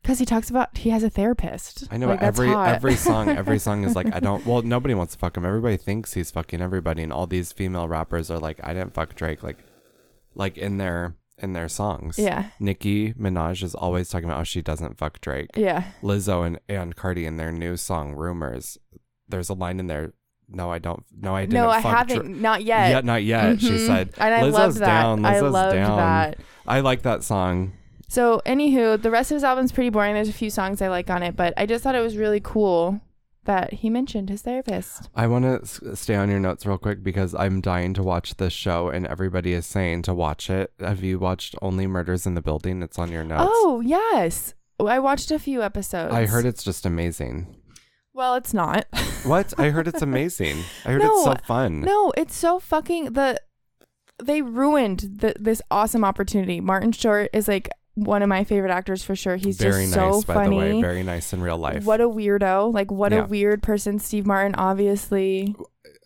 Because he talks about he has a therapist. I know Like, that's every hot. every song every song is like I don't well nobody wants to fuck him. Everybody thinks he's fucking everybody and all these female rappers are like I didn't fuck Drake like like in their in their songs. yeah, Nicki Minaj is always talking about how she doesn't fuck Drake. yeah. Lizzo and, and Cardi in their new song Rumors. There's a line in there, no I don't no I didn't No, I fuck haven't. Dra- Not yet. Yet not yet, she Mhm. said. and I Lizzo's loved that. down, I Lizzo's loved down. that. I like that song. So, anywho, the rest of his album's pretty boring. There's a few songs I like on it, but I just thought it was really cool that he mentioned his therapist. I want to s- stay on your notes real quick because I'm dying to watch this show and everybody is saying to watch it. Have you watched Only Murders in the Building? It's on your notes. Oh, yes. I watched a few episodes. I heard it's just amazing. Well, it's not. What? I heard it's amazing. I heard it's No, so fun. No, it's so fucking the they ruined the, this awesome opportunity. Martin Short is like one of my favorite actors for sure. He's Very just nice, so by funny. the way. Very nice in real life. What a weirdo. Like what Yeah. a weird person Steve Martin obviously.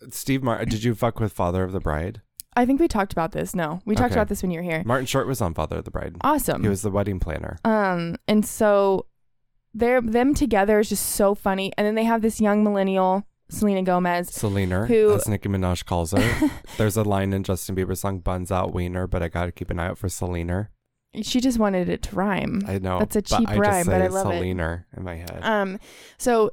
Steve Martin, did you fuck with Father of the Bride? I think we talked about this. No. We talked Okay. about this when you were here. Martin Short was on Father of the Bride. Awesome. He was the wedding planner. um and so they're them together is just so funny. And then they have this young millennial, Selena Gomez. Selena, Who- as Nicki Minaj calls her. There's a line in Justin Bieber's song "Buns Out Wiener," but I gotta keep an eye out for Selena. She just wanted it to rhyme. I know That's a cheap but I rhyme, just say but I love it. Selena in my head. Um, so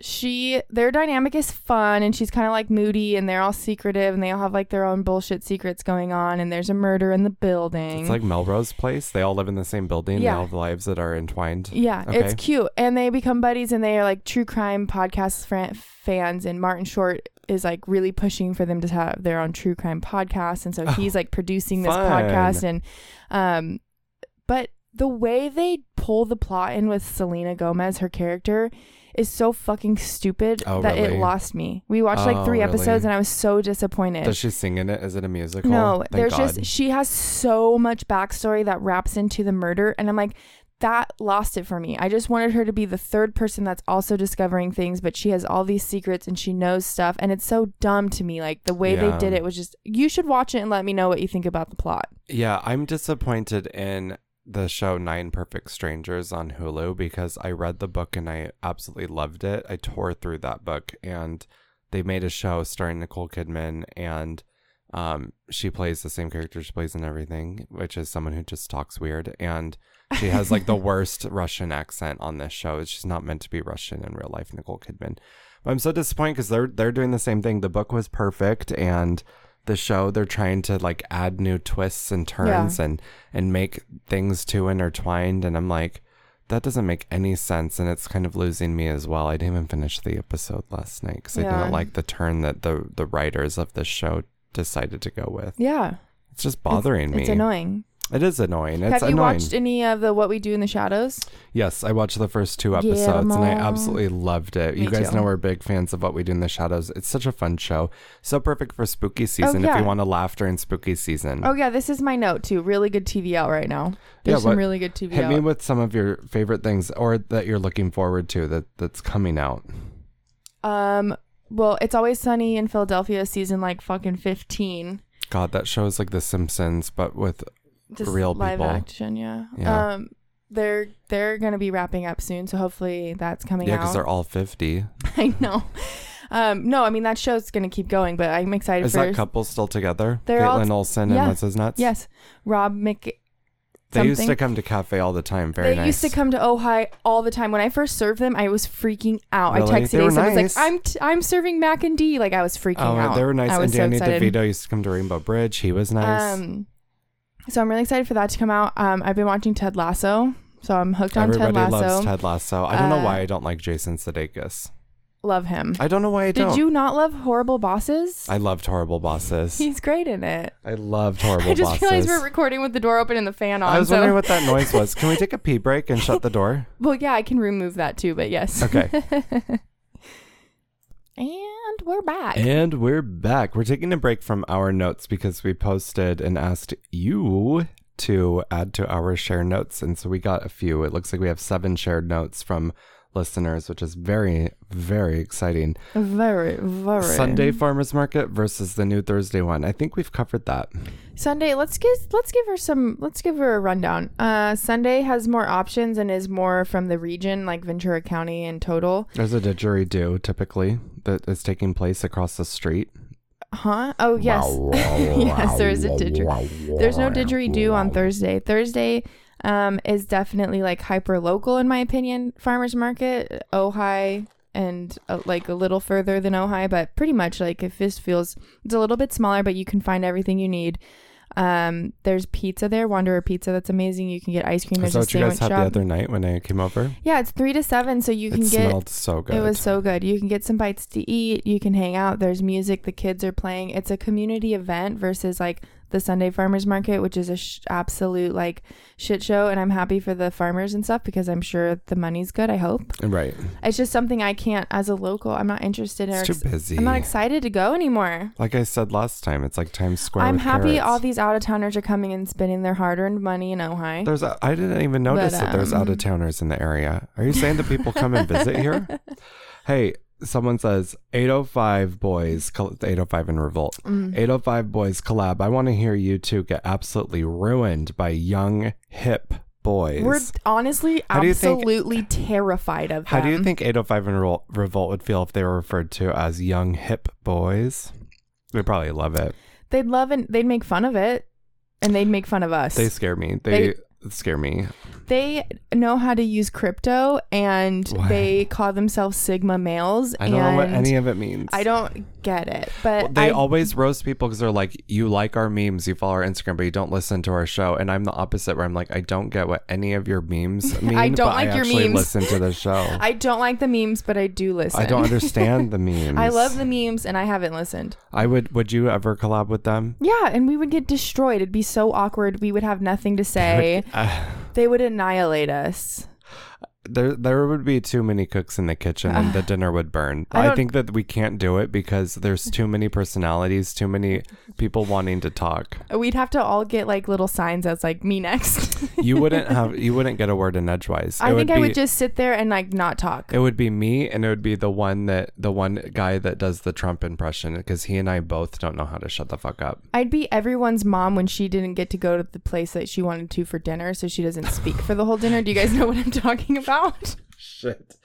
she, their dynamic is fun, and she's kind of like moody, and they're all secretive, and they all have like their own bullshit secrets going on, and there's a murder in the building. It's like Melrose Place. They all live in the same building. Yeah. They all have lives that are entwined. yeah, okay. it's cute, and they become buddies, and they are like true crime podcast fran- fans, and Martin Short is like really pushing for them to have their own true crime podcast, and so he's like producing this Oh, fun. podcast, and um, but the way they pull the plot in with Selena Gomez, her character, is so fucking stupid Oh, that really? it lost me. We watched like Oh, three really? episodes and I was so disappointed. Does she sing in it? Is it a musical? no, Thank there's God. just she has so much backstory that wraps into the murder, and I'm like, that lost it for me. I just wanted her to be the third person that's also discovering things, but she has all these secrets and she knows stuff, and it's so dumb to me. Like the way Yeah. they did it was just you should watch it and let me know what you think about the plot. Yeah, I'm disappointed in the show Nine Perfect Strangers on Hulu because I read the book and I absolutely loved it. I tore through that book and they made a show starring Nicole Kidman and um she plays the same character she plays in everything, which is someone who just talks weird and she has like the worst Russian accent on this show. She's not meant to be Russian in real life, Nicole Kidman. But I'm so disappointed because they're they're doing the same thing. The book was perfect, and the show they're trying to like add new twists and turns and and make things too intertwined. And I'm like, that doesn't make any sense, and it's kind of losing me as well. I didn't even finish the episode last night because I Yeah. didn't like the turn that the the writers of the show decided to go with. Yeah, It's just bothering me. it's annoying. It is annoying. It's Have you annoying. watched any of the What We Do in the Shadows? Yes, I watched the first two Yeah, episodes and I Mom. absolutely loved it. you Me guys too. know we're big fans of what we do in the shadows. It's such a fun show. So perfect for spooky season if Oh, yeah. you want to laugh during spooky season. Oh yeah, this is my note too. Really good TV out right now. There's what- some really good TV Hit out. me with some of your favorite things or that you're looking forward to that that's coming out. um, well, it's always sunny in Philadelphia, season like fucking fifteen. God, that show is like The Simpsons, but with Just Real live people. action, yeah. Yeah. Um, they're they're gonna be wrapping up soon, so hopefully that's coming yeah, because they're out. all fifty. I know. Um, no, I mean that show's gonna keep going, but I'm excited Is for that couple still together? They're all- Caitlin Olsen and yeah. what's his nuts? yes, Rob Mc. They used to something. come to cafe all the time. Very they nice. used to come to Ojai all the time. When I first served them, I was freaking out. Really? I texted They were Ace and was nice. like, "I'm t- I'm serving mac and D." Like I was freaking Oh, out. they were nice. I And was Danny so excited. DeVito used to come to Rainbow Bridge. He was nice. Um, so I'm really excited for that to come out. Um, I've been watching Ted Lasso, so I'm hooked on Everybody Ted Lasso. loves Ted Lasso. I don't know Uh, why I don't like Jason Sudeikis. Love him. I don't know why I don't. Did you not love Horrible Bosses? I loved Horrible Bosses. He's great in it. I loved Horrible I just Bosses. realized we're recording with the door open and the fan on. I was so. wondering what that noise was. Can we take a pee break and shut the door? well, yeah, I can remove that too, but yes. Okay. and we're back. And we're back. We're taking a break from our notes because we posted and asked you to add to our share notes. And so we got a few. It looks like we have seven shared notes from listeners, which is very, very exciting. very, very Sunday farmers market versus the new Thursday one. I think we've covered that. Sunday, let's give let's give her some let's give her a rundown. Uh, Sunday has more options and is more from the region, like Ventura County in total. There's a didgeridoo typically that is taking place across the street. Huh? Oh yes, yes. There is a didgeridoo. There's no didgeridoo on Thursday. Thursday um, is definitely like hyper local in my opinion. Farmers market, Ojai, and uh, like a little further than Ojai, but pretty much like if this feels it's a little bit smaller, but you can find everything you need. Um, there's pizza there, Wanderer Pizza. That's amazing. You can get ice cream. Is There's that a what you sandwich guys had shop. the other night when I came over? yeah, it's three to seven, so you it can get. smelled so good. It was so good. You can get some bites to eat. You can hang out. There's music. The kids are playing. It's a community event versus like the Sunday farmers market, which is a sh- absolute like shit show. And I'm happy for the farmers and stuff because I'm sure the money's good. I hope right. it's just something I can't as a local. I'm not interested in. Or It's too ex- busy. I'm not excited to go anymore. like I said last time, it's like Times Square. I'm with happy carrots. all these out of towners are coming and spending their hard earned money in Ojai. There's a, I didn't even notice that there's um, out of towners in the area. Are you saying that people come and visit here? Hey, someone says 805 boys, col- 805 in revolt. Mm. 805 boys collab. I want to hear you two get absolutely ruined by young hip boys. We're honestly How do you think- absolutely terrified of them. How do you think 805 and Revol- revolt would feel if they were referred to as young hip boys? They probably love it. they'd love and they'd make fun of it, and they'd make fun of us. They scare me. They, scare me. they know how to use crypto and What? they call themselves sigma males I don't and know what any of it means. i don't get it but Well, they I, always roast people because they're like, you like our memes, you follow our Instagram, but you don't listen to our show. And I'm the opposite, where I'm like, I don't get what any of your memes mean. don't but like I your actually memes." Listen to the show. I, I don't like the memes but i do listen don't understand the memes. i love the memes and i haven't listened I would. Would you ever collab with them? yeah and we would get destroyed it'd be so awkward we would have nothing to say uh, they would annihilate us There, there would be too many cooks in the kitchen, and the dinner would burn. I I, don't- think that we can't do it because there's too many personalities, too many people wanting to talk. we'd have to all get like little signs that's like me next You wouldn't have. You wouldn't get a word in edgewise. i It think would i be- would just sit there and like not talk It would be me, and it would be the one that the one guy that does the Trump impression because he and I both don't know how to shut the fuck up. I'd be everyone's mom when she didn't get to go to the place that she wanted to for dinner, so she doesn't speak for the whole dinner. Do you guys know what I'm talking about? Shit,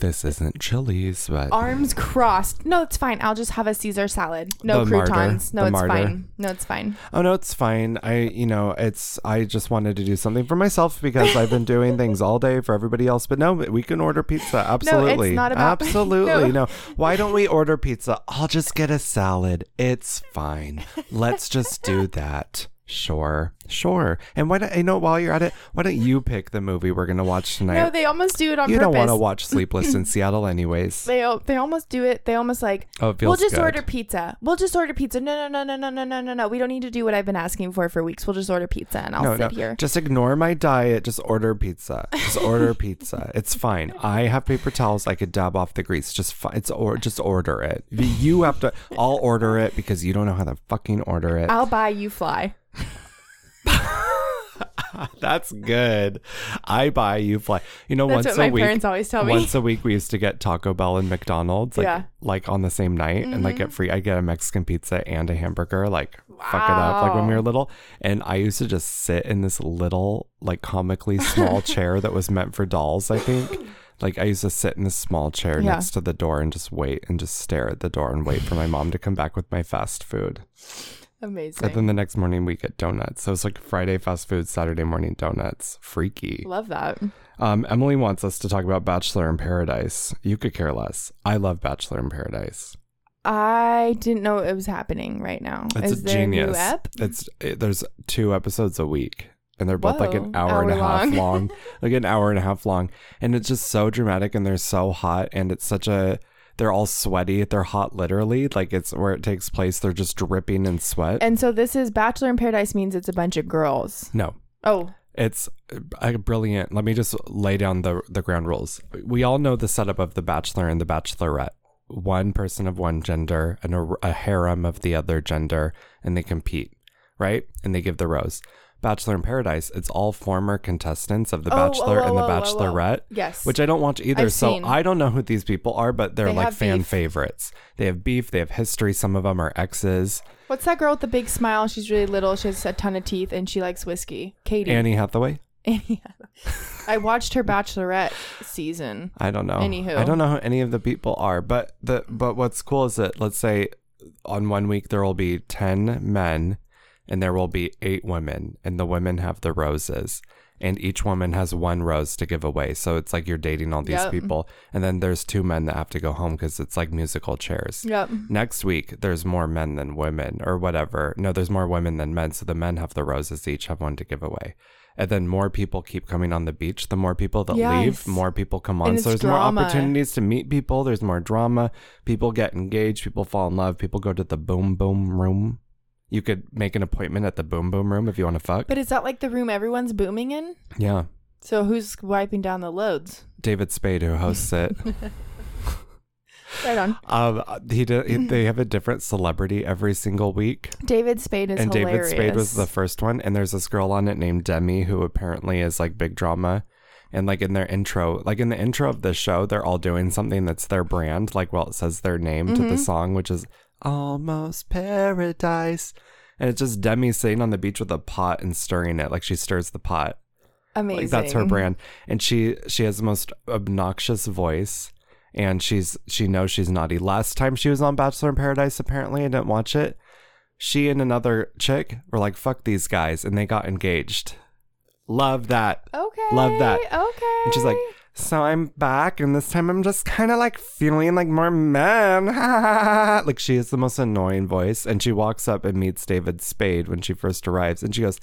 this isn't Chili's, but Arms crossed. No, it's fine. I'll just have a Caesar salad. No The martyr. croutons. No, The it's martyr. fine. No, it's fine. oh no, it's fine. I you know it's I just wanted to do something for myself because I've been doing things all day for everybody else. But no, we can order pizza. Absolutely, not about- absolutely No. no. Why don't we order pizza? I'll just get a salad. It's fine. Let's just do that. Sure, sure. And why don't you know while you're at it? Why don't you pick the movie we're gonna watch tonight? No, they almost do it on You don't purpose. want to watch Sleepless in Seattle, anyways. they al- they almost do it. They almost like Oh, it feels we'll just good. order pizza. We'll just order pizza. No, no, no, no, no, no, no, no, no. We don't need to do what I've been asking for for weeks. We'll just order pizza and I'll no, sit no. here. Just ignore my diet. Just order pizza. Just order pizza. It's fine. I have paper towels. I could dab off the grease. Just fi- it's or just order it. You have to. I'll order it because you don't know how to fucking order it. I'll buy you fly. That's good. I buy you fly. You know, That's once what a my week. parents always tell me. Once a week, we used to get Taco Bell and McDonald's, like Yeah. Mm-hmm. like on the same night, and like get free. I get a Mexican pizza and a hamburger, like fuck it up, like when we were little. And I used to just sit in this little, like comically small chair that was meant for dolls. I think. Like I used to sit in this small chair Yeah. next to the door and just wait and just stare at the door and wait for my mom to come back with my fast food. And Amazing. then the next morning we get donuts. So it's like Friday fast food, Saturday morning donuts. Freaky. Love that. Um, Emily wants us to talk about Bachelor in Paradise. You could care less. I love Bachelor in Paradise. I didn't know it was happening right now. It's Is a there genius. a new app? It's it, there's two episodes a week, and they're both like an Whoa. hour, and a Hour long. half long, like an hour and a half long, and it's just so dramatic, and they're so hot, and it's such a. They're all sweaty. They're hot, literally. Like it's where it takes place. They're just dripping in sweat. And so this is Bachelor in Paradise means it's a bunch of girls. no, Oh, It's uh, a brilliant. Let me just lay down the the ground rules. We all know the setup of the Bachelor and the Bachelorette. One person of one gender and a, a harem of the other gender, and they compete, right? And they give the rose. Bachelor in Paradise. It's all former contestants of the Oh, whoa, Bachelor and the whoa, whoa, whoa, whoa. Bachelorette. yes. Which I don't watch either, I've so seen. I don't know who these people are, but they're They like have fan beef. favorites. They have beef. They have history. Some of them are exes. What's that girl with the big smile? She's really little. She has a ton of teeth and she likes whiskey. Katie. Annie Hathaway. Annie. I watched her Bachelorette season. I don't know. Anywho. I don't know who any of the people are, but the but what's cool is that let's say on one week there will be ten men, and there will be eight women, and the women have the roses, and each woman has one rose to give away. So it's like you're dating all these Yep. people, and then there's two men that have to go home because it's like musical chairs. Yep. Next week, there's more men than women, or whatever. No, there's more women than men. So the men have the roses, they each have one to give away. And then more people keep coming on the beach. The more people that leave, Yes. more people come on. And So there's it's more drama. opportunities to meet people. There's more drama. People get engaged. People fall in love. People go to the boom boom room. You could make an appointment at the boom boom room if you want to fuck. But is that like the room everyone's booming in? yeah. So who's wiping down the loads? David Spade, who hosts it, Right on. um, he did. He, they have a different celebrity every single week. David Spade is and hilarious. David Spade was the first one, and there's this girl on it named Demi who apparently is like big drama. And like in their intro, like in the intro of the show, they're all doing something that's their brand. Like, well, it says their name to Mm-hmm. the song, which is almost paradise. And it's just Demi sitting on the beach with a pot and stirring it. Like she stirs the pot. amazing. Like that's her brand. And she she has the most obnoxious voice and she's she knows she's naughty. Last time she was on Bachelor in Paradise, apparently, I didn't watch it. She and another chick were like, fuck these guys, and they got engaged. Love that. Okay. Love that. Okay. And she's like, so I'm back, and this time I'm just kind of like feeling like more men. like she has the most annoying voice, and she walks up and meets David Spade when she first arrives, and she goes,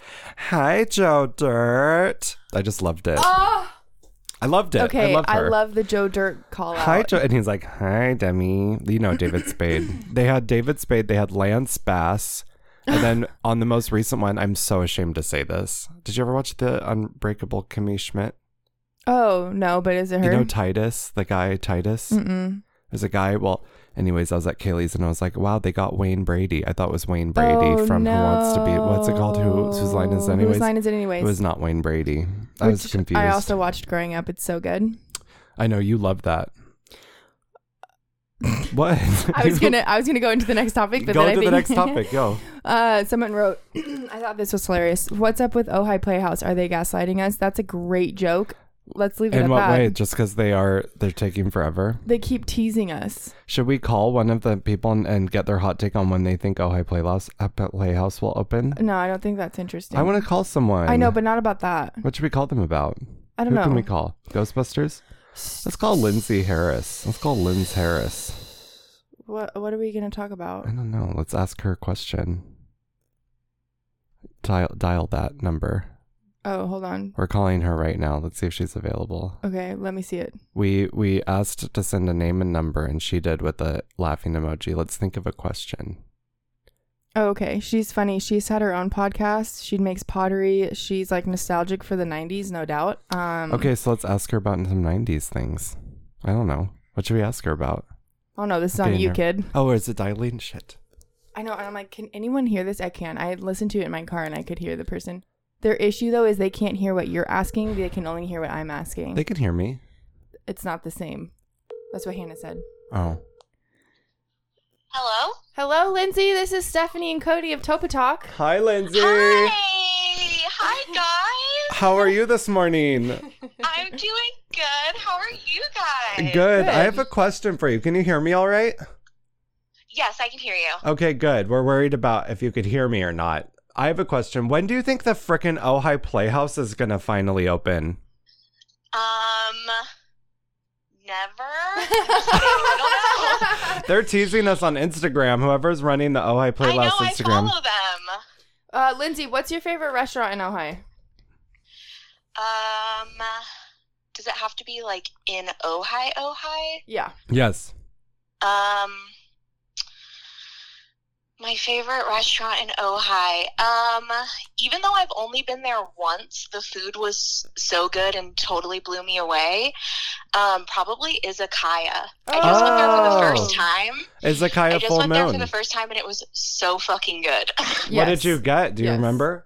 "Hi, Joe Dirt." I just loved it. I loved it. Ah! okay. I love her. the Joe Dirt call out. Hi, Joe. And he's like, Hi, Demi. You know, David Spade. they had David Spade, they had Lance Bass. And then on the most recent one, I'm so ashamed to say this. Did you ever watch the Unbreakable Kimmy Schmidt? Oh no, but is it her? You know Titus, the guy Titus. Mm-mm. There's a guy. Well, anyways, I was at Kaylee's and I was like, wow, they got Wayne Brady. I thought it was Wayne Brady Oh, from Who Wants to Be. What's it called? Who, whose line is it no. anyways? Whose line is it anyways? it was not Wayne Brady. I was Which confused. I also watched growing up. It's so good. I know you love that. what? I was gonna I was gonna go into the next topic, but go then to I think the next topic. Go. Uh, someone wrote, I thought this was hilarious. What's up with Ojai Playhouse? Are they gaslighting us? That's a great joke. Let's leave it In at what that. way? Just because they are they're taking forever. They keep teasing us. Should we call one of the people and, and get their hot take on when they think Ojai Playhouse uh, Playhouse will open? No, I don't think that's interesting. I want to call someone. I know, but not about that. what should we call them about? I don't Who know. can we call? Ghostbusters. Let's call Lindsay Harris. Let's call Lindsay Harris. What What are we gonna talk about? I don't know. Let's ask her a question. Dial dial that number. Oh, hold on. We're calling her right now. Let's see if she's available. Okay, let me see it. We we asked to send a name and number, and she did with a laughing emoji. Let's think of a question. Oh, okay. She's funny. She's had her own podcast. She makes pottery. She's like nostalgic for the '90s, no doubt. Um, Okay, so let's ask her about some '90s things. I don't know. What should we ask her about? Oh no, this is Okay, on you, never- kid. Oh, is it dialing shit? I know, and I'm like, can anyone hear this? I can. I listened to it in my car, and I could hear the person. Their issue though is they can't hear what you're asking. They can only hear what I'm asking. They can hear me. it's not the same. That's what Hannah said. Oh, Hello. Hello, Lindsay. This is Stephanie and Cody of Topa Talk. hi, Lindsay. Hi. Hi guys. How are you this morning? I'm doing good. How are you guys? Good. Good. I have a question for you. Can you hear me all right? Yes, I can hear you. Okay, good. We're worried about if you could hear me or not. I have a question. When do you think the frickin' Ojai Playhouse is gonna finally open? Um never. I'm just kidding. I don't know. They're teasing us on Instagram. Whoever's running the Oh I Play I know Last I Instagram. follow them. Uh, Lindsay, what's your favorite restaurant in Ojai? Um does it have to be like in Ojai, Ojai? Yeah. Yes. Um my favorite restaurant in Ojai. Um, even though I've only been there once, the food was so good and totally blew me away. Um, probably Izakaya. I just went there for the Oh. first time. Is I Zakaya just Full went there for Moon? the first time and it was so fucking good. What did you get? Do you Yes. remember?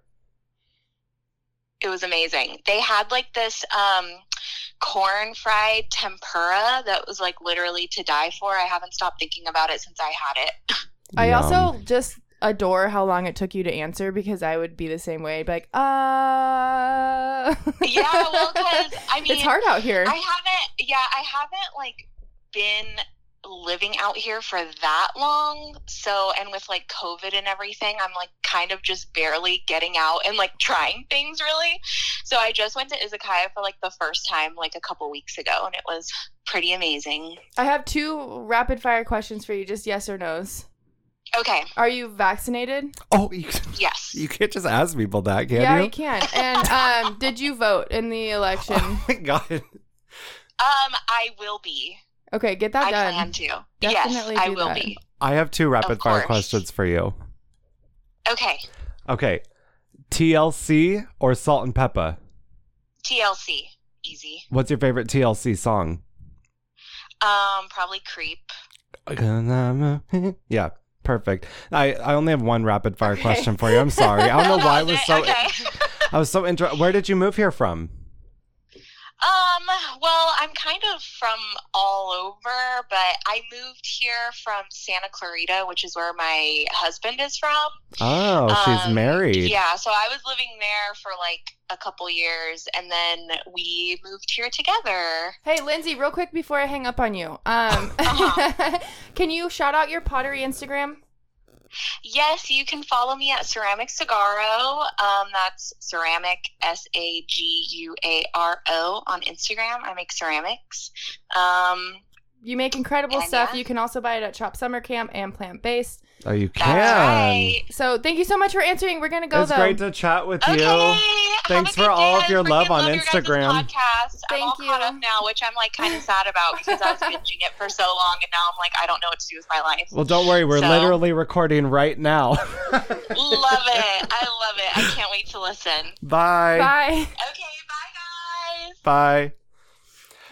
it was amazing. They had like this um, corn fried tempura that was like literally to die for. I haven't stopped thinking about it since I had it. I also Yum. just adore how long it took you to answer because I would be the same way. I'd be like, uh. Yeah, well, because I mean, it's hard out here. I haven't. Yeah, I haven't like been living out here for that long. So, and with like COVID and everything, I'm like kind of just barely getting out and like trying things really. So, I just went to Izakaya for like the first time like a couple weeks ago and it was pretty amazing. I have two rapid fire questions for you, just yes or no's. Okay. Are you vaccinated? Oh, you, Yes. you can't just ask people that, can yeah, you? I can. And um, did you vote in the election? Oh my god. Um, I will be. Okay, get that I done. plan to. Definitely yes, I do will that. be. I have two rapid fire course. questions for you. Okay. Okay. TLC or Salt and Peppa? TLC. Easy. What's your favorite TLC song? Um, probably creep. Yeah, perfect. I, I only have one rapid fire Okay. question for you. I'm sorry. I don't know why I was so Okay. I was so interested. Where did you move here from? Um, well, I'm kind of from all over, but I moved here from Santa Clarita, which is where my husband is from. Oh, she's Um, married. Yeah, so I was living there for like a couple years and then we moved here together. Hey, Lindsay, real quick before I hang up on you, um, Uh-huh. can you shout out your pottery Instagram? Yes, you can follow me at Ceramic Cigaro. Um, that's ceramic, S A G U A R O on Instagram. I make ceramics. Um, You make incredible Yeah, stuff. yeah. You can also buy it at Chop Summer Camp and Plant Based. Oh, you that's can. right. So thank you so much for answering. We're gonna go it's though. great to chat with Okay. you. have Thanks a for good all day. of your I freaking love on your guys' Instagram. Podcast. I'm all Thank caught you. up now, which I'm like kind of sad about because I was binging it for so long, and now I'm like I don't know what to do with my life. Well, don't worry. We're So- literally recording right now. love it. I love it. I can't wait to listen. Bye. Bye. Okay, bye guys. Bye.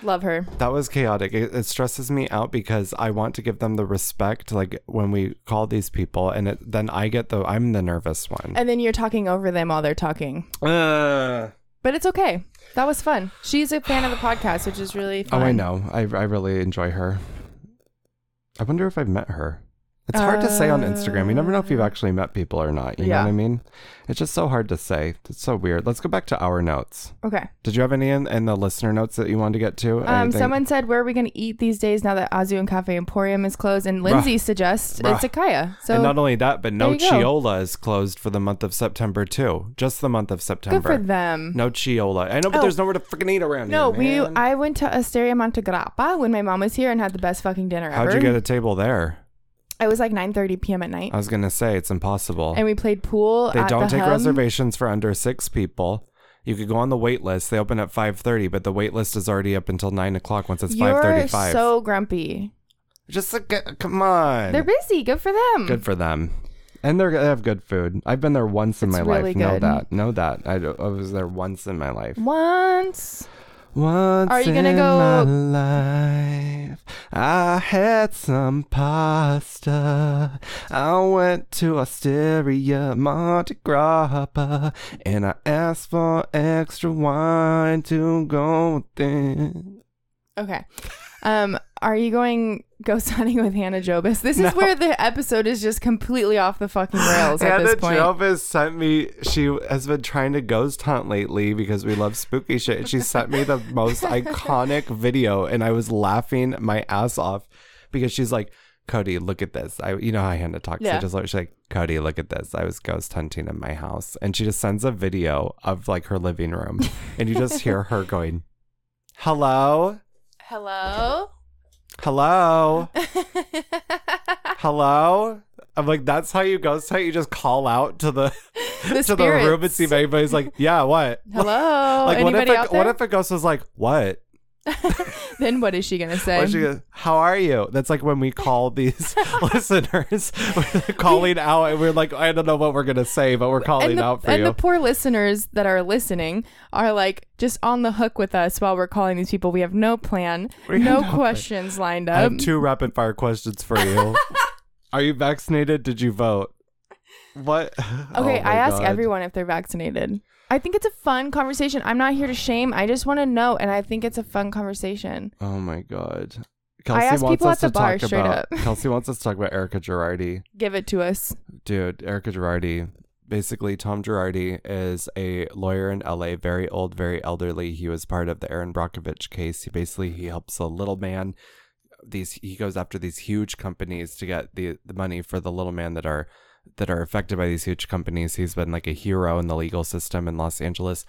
Love her. That was chaotic. It, it stresses me out because I want to give them the respect, like when we call these people, and it, then I get the I'm the nervous one. And then you're talking over them while they're talking. Uh, But it's okay. That was fun. She's a fan of the podcast, which is really oh, fun. I know. I I really enjoy her. I wonder if I've met her. It's hard to say on Instagram. You never know if you've actually met people or not. You know Uh, Yeah. what I mean? It's just so hard to say. It's so weird. Let's go back to our notes. Okay. Did you have any in, in the listener notes that you wanted to get to? Um, Anything? someone said, "Where are we going to eat these days now that Azu and Cafe Emporium is closed?" And Lindsay suggests Bruh. it's Akaya. So and not only that, but no There you go. Chiola is closed for the month of September too. Just the month of September. good for them. No Chiola. I know, but Oh. there's nowhere to freaking eat around No, we. here. man. I went to Asteria Monte Grappa when my mom was here and had the best fucking dinner How'd ever. you get a table there? It was like 9:30 p.m. at night, I was gonna say it's impossible. and we played pool. they at don't the take Hub. reservations for under six people. You could go on the wait list. They open at five thirty, but the wait list is already up until nine o'clock. Once it's five You're thirty-five, so grumpy. just a, g- come on. They're busy. Good for them. good for them, and they're, they have good food. I've been there once in It's my really life. Know good. that. Know that. I, I was there once in my life. Once. Once Are you gonna in go- my life, I had some pasta. I went to Osteria Monte Grappa, and I asked for extra wine to go thin. Okay. Um, are you going ghost hunting with Hannah Jobis? This is No. where the episode is just completely off the fucking rails at Anna this point. Jovis sent me. She has been trying to ghost hunt lately because we love spooky shit, and she sent me the most iconic video, and I was laughing my ass off because she's like, "Cody, look at this." I, you know how Hannah talks. I Yeah. just like she's like, "Cody, look at this." I was ghost hunting in my house, and she just sends a video of like her living room, and you just hear her going, "Hello, Hello. hello." hello i'm like that's how you ghost hunt you just call out to the, to spirits. the room and see if anybody's like yeah what Hello. like what if, Anybody a, out there? what if a ghost was like what then what is she gonna say? Or she goes, how are you that's like when we call these listeners we're calling out and we're like i don't know what we're gonna say but we're calling and the, out for and you the poor listeners that are listening are like just on the hook with us while we're calling these people. We have no plan, have no no plan. questions lined i up. have two rapid fire questions for you are you vaccinated did you vote what Okay, Oh my I ask God. everyone if they're vaccinated. I think it's a fun conversation. I'm not here to shame. I just want to know, and I think it's a fun conversation. Oh my god. I Kelsey asked wants people us at the to bar talk straight about up. Kelsey wants us to talk about Erica Girardi. Give it to us. Dude, Erica Girardi. Basically, Tom Girardi is a lawyer in LA, very old, very elderly. He was part of the Aaron Brockovich case. He basically he helps a little man these he goes after these huge companies to get the, the money for the little man that are that are affected by these huge companies. He's been like a hero in the legal system in Los Angeles.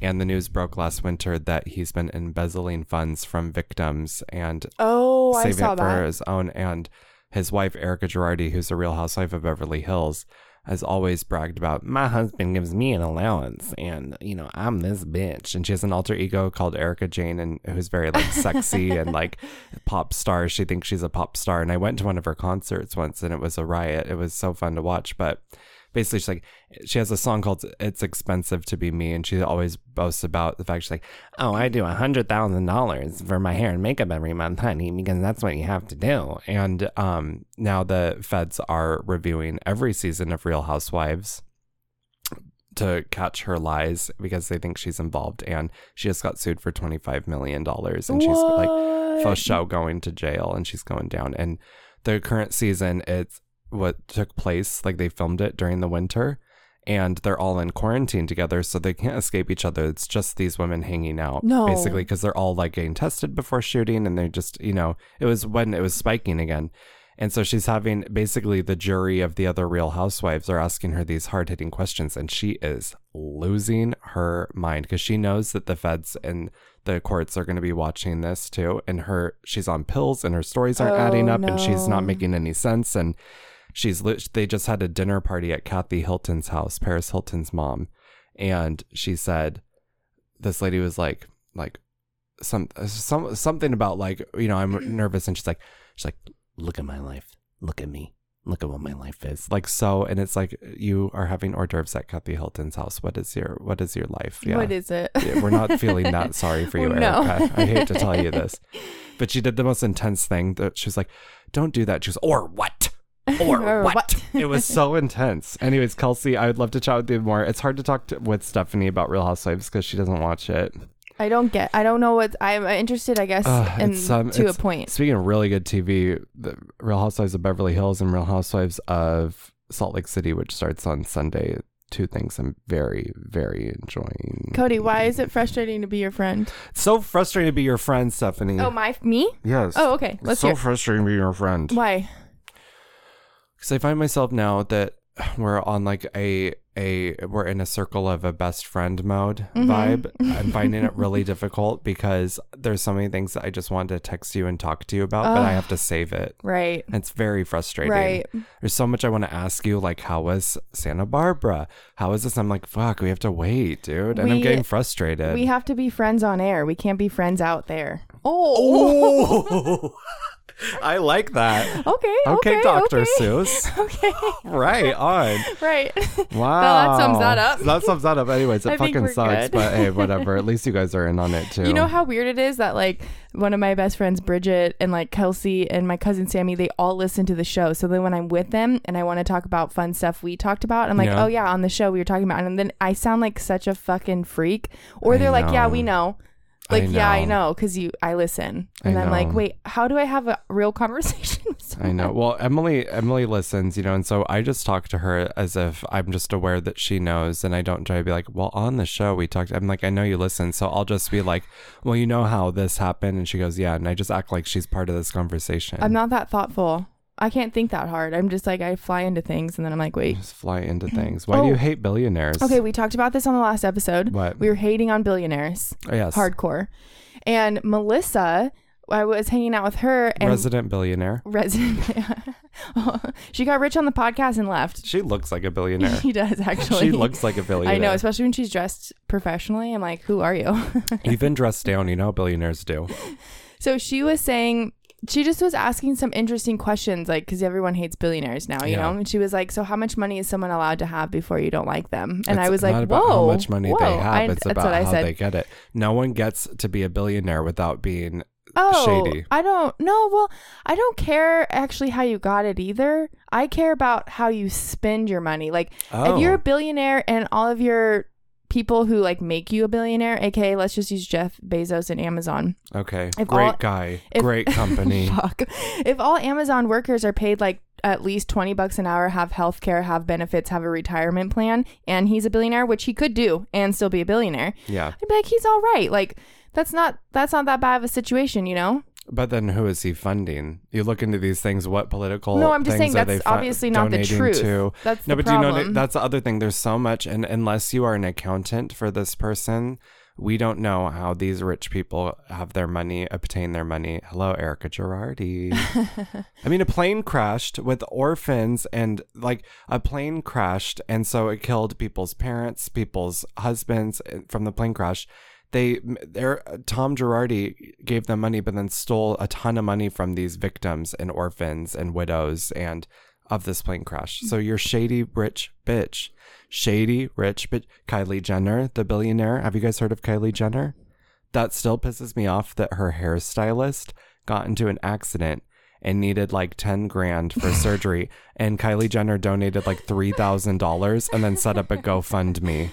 And the news broke last winter that he's been embezzling funds from victims and Oh, I saving saw it for that. his own. And his wife, Erica Girardi, who's a real housewife of Beverly Hills, has always bragged about my husband gives me an allowance and, you know, I'm this bitch. And she has an alter ego called Erica Jane and who's very like sexy and like pop star. She thinks she's a pop star. And I went to one of her concerts once and it was a riot. It was so fun to watch. But basically she's like she has a song called it's expensive to be me and she always boasts about the fact she's like oh i do a hundred thousand dollars for my hair and makeup every month honey because that's what you have to do and um now the feds are reviewing every season of real housewives to catch her lies because they think she's involved and she just got sued for 25 million dollars and she's like for What? show going to jail and she's going down and the current season it's what took place like they filmed it during the winter and they're all in quarantine together so they can't escape each other it's just these women hanging out No. basically because they're all like getting tested before shooting and they're just you know it was when it was spiking again and so she's having basically the jury of the other real housewives are asking her these hard hitting questions, and she is losing her mind because she knows that the feds and the courts are going to be watching this too. And her, she's on pills, and her stories aren't adding Oh, up, and she's no. not making any sense. And she's lit- they just had a dinner party at Kathy Hilton's house, Paris Hilton's mom, and she said this lady was like like some some something about like you know I'm nervous and she's like she's like look at my life look at me look at what my life is like so and it's like you are having hors d'oeuvres at Kathy Hilton's house what is your what is your life What is it? Oh, yeah, we're not feeling that sorry for you, No. Erica. I hate to tell you this. But she did the most intense thing that she was like, Don't do that. She was, or what? Or, Or what? what? it was so intense. Anyways, Kelsey, I would love to chat with you more. It's hard to talk to, with Stephanie about Real Housewives because she doesn't watch it. I don't get. I don't know what I'm interested. I guess Ugh, in, it's, um, to a it's- point. Speaking of really good TV, the Real Housewives of Beverly Hills and Real Housewives of Salt Lake City, which starts on Sunday. Two things I'm very, very enjoying. Cody, why is it frustrating to be your friend? It's so frustrating to be your friend, Stephanie. Oh my, me? yes. Oh okay, Mm. It's let's so hear. frustrating being your friend. Why? Because I find myself now that we're on like a a we're in a circle of a best friend mode Mm-hmm. vibe. I'm finding it really difficult because there's so many things that I just want to text you and talk to you about, but I have to save it. Right. And it's very frustrating. Right. There's so much I want to ask you, like how was Santa Barbara? How was this? I'm like, fuck, we have to wait, dude. And I'm We- getting frustrated. We have to be friends on air. We can't be friends out there. Oh. oh, I like that. Okay. Okay. Okay, Doctor okay. Seuss. Okay. Right on. Right. that Wow. sums that up. That sums that up. Anyways, I it think fucking we're sucks, good. but hey, whatever. At least you guys are in on it too. You know how weird it is that like one of my best friends, Bridget, and like Kelsey and my cousin Sammy, they all listen to the show. So then when I'm with them and I want to talk about fun stuff we talked about, I'm like, Yeah. oh yeah, on the show we were talking about, and then I sound like such a fucking freak. Or I they're like, yeah, know. we know. I Like yeah, I know. know because you I listen, I and I am like, know. wait, how do I have a real conversation? with someone? I know. Well, Emily Emily listens, you know, and so I just talk to her as if I'm just aware that she knows and I don't try to be like, "Well, on the show we talked." I'm like, "I know you listen." So I'll just be like, "Well, you know how this happened." And she goes, "Yeah." And I just act like she's part of this conversation. I'm not that thoughtful. I can't think that hard. I'm just like I fly into things, and then I'm like, wait. just fly into things. Why do Oh. you hate billionaires? Okay, we talked about this on the last episode. What? We were hating on billionaires. Oh, yes. hardcore. And Melissa, I was hanging out with her and Resident billionaire. resident. she got rich on the podcast and left. She looks like a billionaire. She does actually. she looks like a billionaire. I know, especially when she's dressed professionally. I'm like, who are you? Even dressed down, you know, how billionaires do. so she was saying. She just was asking some interesting questions, like, because everyone hates billionaires now, you Yeah. know? And she was like, So, how much money is someone allowed to have before you don't like them? And It's I was like, not about Whoa. how much money whoa. they have. I- it's that's about what I how said. they get it. No one gets to be a billionaire without being. Oh, shady. I don't know. Well, I don't care actually how you got it either. I care about how you spend your money. Like Oh. if you're a billionaire and all of your people who like make you a billionaire, aka let's just use Jeff Bezos and Amazon. Okay, If great all- guy, if- great company. Fuck. If all Amazon workers are paid like at least 20 bucks an hour, have health care, have benefits, have a retirement plan, and he's a billionaire, which he could do and still be a billionaire. yeah, I'd be like, he's all right. Like that's not that's not that bad of a situation, you know? But then who is he funding? You look into these things. What political? No, I'm just saying things are they that's fu- obviously not the donating truth. To? That's no, the but problem. you know that's the other thing. There's so much, and unless you are an accountant for this person, we don't know how these rich people have their money, obtain their money. Hello, Erica Gerardi. I mean, a plane crashed with orphans, and like a plane crashed, and so it killed people's parents, people's husbands eh, from the plane crash. They, their uh, Tom Girardi gave them money, but then stole a ton of money from these victims and orphans and widows and of this plane crash. So you're shady rich bitch, shady rich bitch. Kylie Jenner, the billionaire. Have you guys heard of Kylie Jenner? That still pisses me off that her hairstylist got into an accident and needed like 10 grand for surgery and Kylie Jenner donated like $3,000 and then set up a GoFundMe.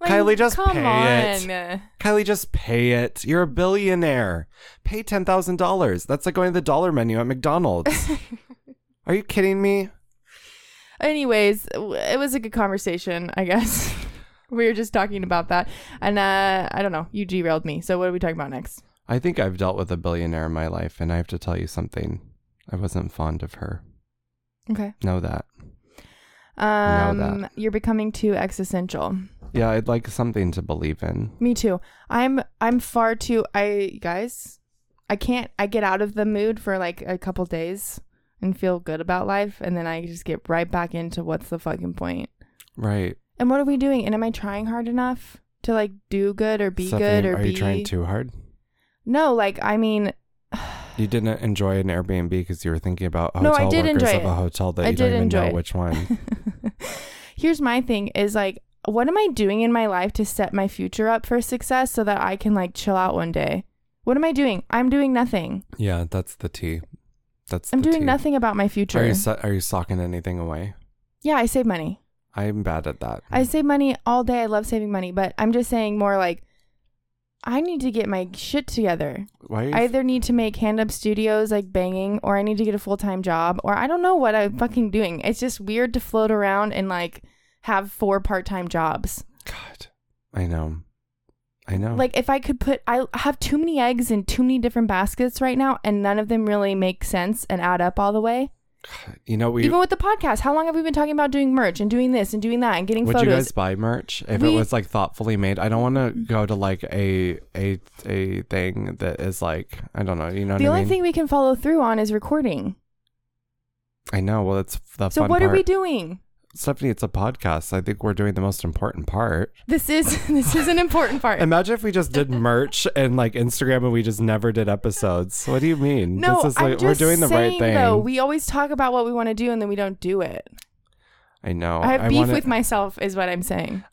Like, Kylie, just come pay on. it. Kylie just pay it. You're a billionaire. Pay $10,000. That's like going to the dollar menu at McDonald's. Are you kidding me? Anyways, w- it was a good conversation, I guess. we were just talking about that, and uh, I don't know. You derailed me. So what are we talking about next? I think I've dealt with a billionaire in my life, and I have to tell you something. I wasn't fond of her. Okay. Know that. Um, that. you're becoming too existential. Yeah, I'd like something to believe in. Me too. I'm I'm far too I guys, I can't I get out of the mood for like a couple days and feel good about life and then I just get right back into what's the fucking point. Right. And what are we doing? And am I trying hard enough to like do good or be good Stephanie, or are be you trying too hard? No, like I mean You didn't enjoy an Airbnb because you were thinking about No, hotel I did workers enjoy of a it. hotel that I you don't did even know enjoy it. which one. Here's my thing is like what am I doing in my life to set my future up for success so that I can like chill out one day? What am I doing? I'm doing nothing. yeah, that's the tea. That's I'm the doing tea. nothing about my future. Are you so- are you socking anything away? yeah, I save money. I'm bad at that. I save money all day. I love saving money, but I'm just saying more like I need to get my shit together. Why are you I either need to make hand up studios like banging, or I need to get a full time job, or I don't know what I'm fucking doing. It's just weird to float around and like have four part time jobs. God, I know. I know. Like if I could put, I have too many eggs in too many different baskets right now, and none of them really make sense and add up all the way. you know, we Even with the podcast, how long have we been talking about doing merch and doing this and doing that and getting Would you photos? guys buy merch if it We- Mm-hmm. was like thoughtfully made? I don't want to go to like a a a thing that is like I don't know. You know the what I only mean? thing we can follow through on is recording. I know. Well, that's the So fun what part. are we doing? Stephanie, it's a podcast. I think we're doing the most important part. This is this is an important part. Imagine if we just did merch and like Instagram, and we just never did episodes. What do you mean? no, this is I'm like just we're doing the saying, right thing. Though we always talk about what we want to do and then we don't do it. Oh, I know. I have beef wanna- with myself, is what I'm saying.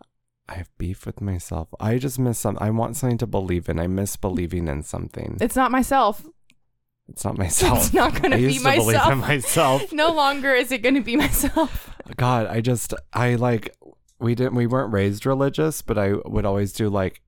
I have beef with myself. I just miss some. I want something to believe in. I miss believing in something. It's not myself. It's not myself. It's not gonna I be used to believe myself. in myself. No longer is it going to be myself. God, I just I like we didn't we weren't raised religious, but I would always do like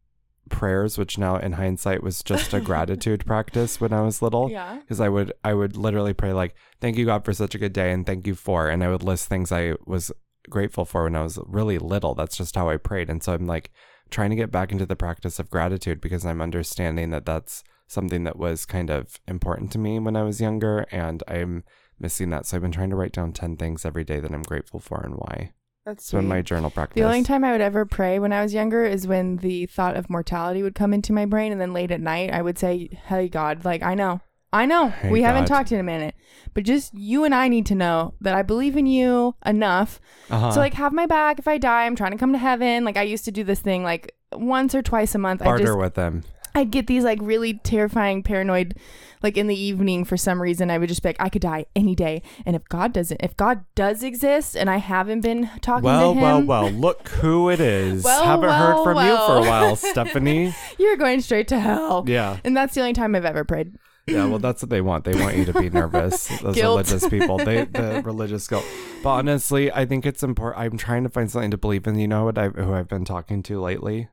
prayers, which now in hindsight was just a gratitude practice when I was little. Yeah. Because I would I would literally pray like, Thank you God for such a good day and thank you for and I would list things I was grateful for when I was really little. That's just how I prayed. And so I'm like trying to get back into the practice of gratitude because I'm understanding that that's something that was kind of important to me when I was younger and I'm missing that. So I've been trying to write down 10 things every day that I'm grateful for and why. That's So in my journal practice. the only time I would ever pray when I was younger is when the thought of mortality would come into my brain, and then late at night I would say, "Hey God, like I know, I know, Hey, we haven't God. talked in a minute, but just you and I need to know that I believe in you enough Uh-huh. So like have my back if I die. I'm trying to come to heaven. Like I used to do this thing like once or twice a month. I barter just with them. I'd get these like really terrifying paranoid like in the evening for some reason I would just be like I could die any day and if God doesn't if God does exist and I haven't been talking Well, to him well, well, look who it is. Well, Haven't heard well, from you well. for a while, Stephanie. you're going straight to hell. Yeah. And that's the only time I've ever prayed. Yeah, well, that's what they want. They want you to be nervous. Those Guilt. religious people, they the religious guilt. But honestly, I think it's important. I'm trying to find something to believe in. You know what? I who I've been talking to lately,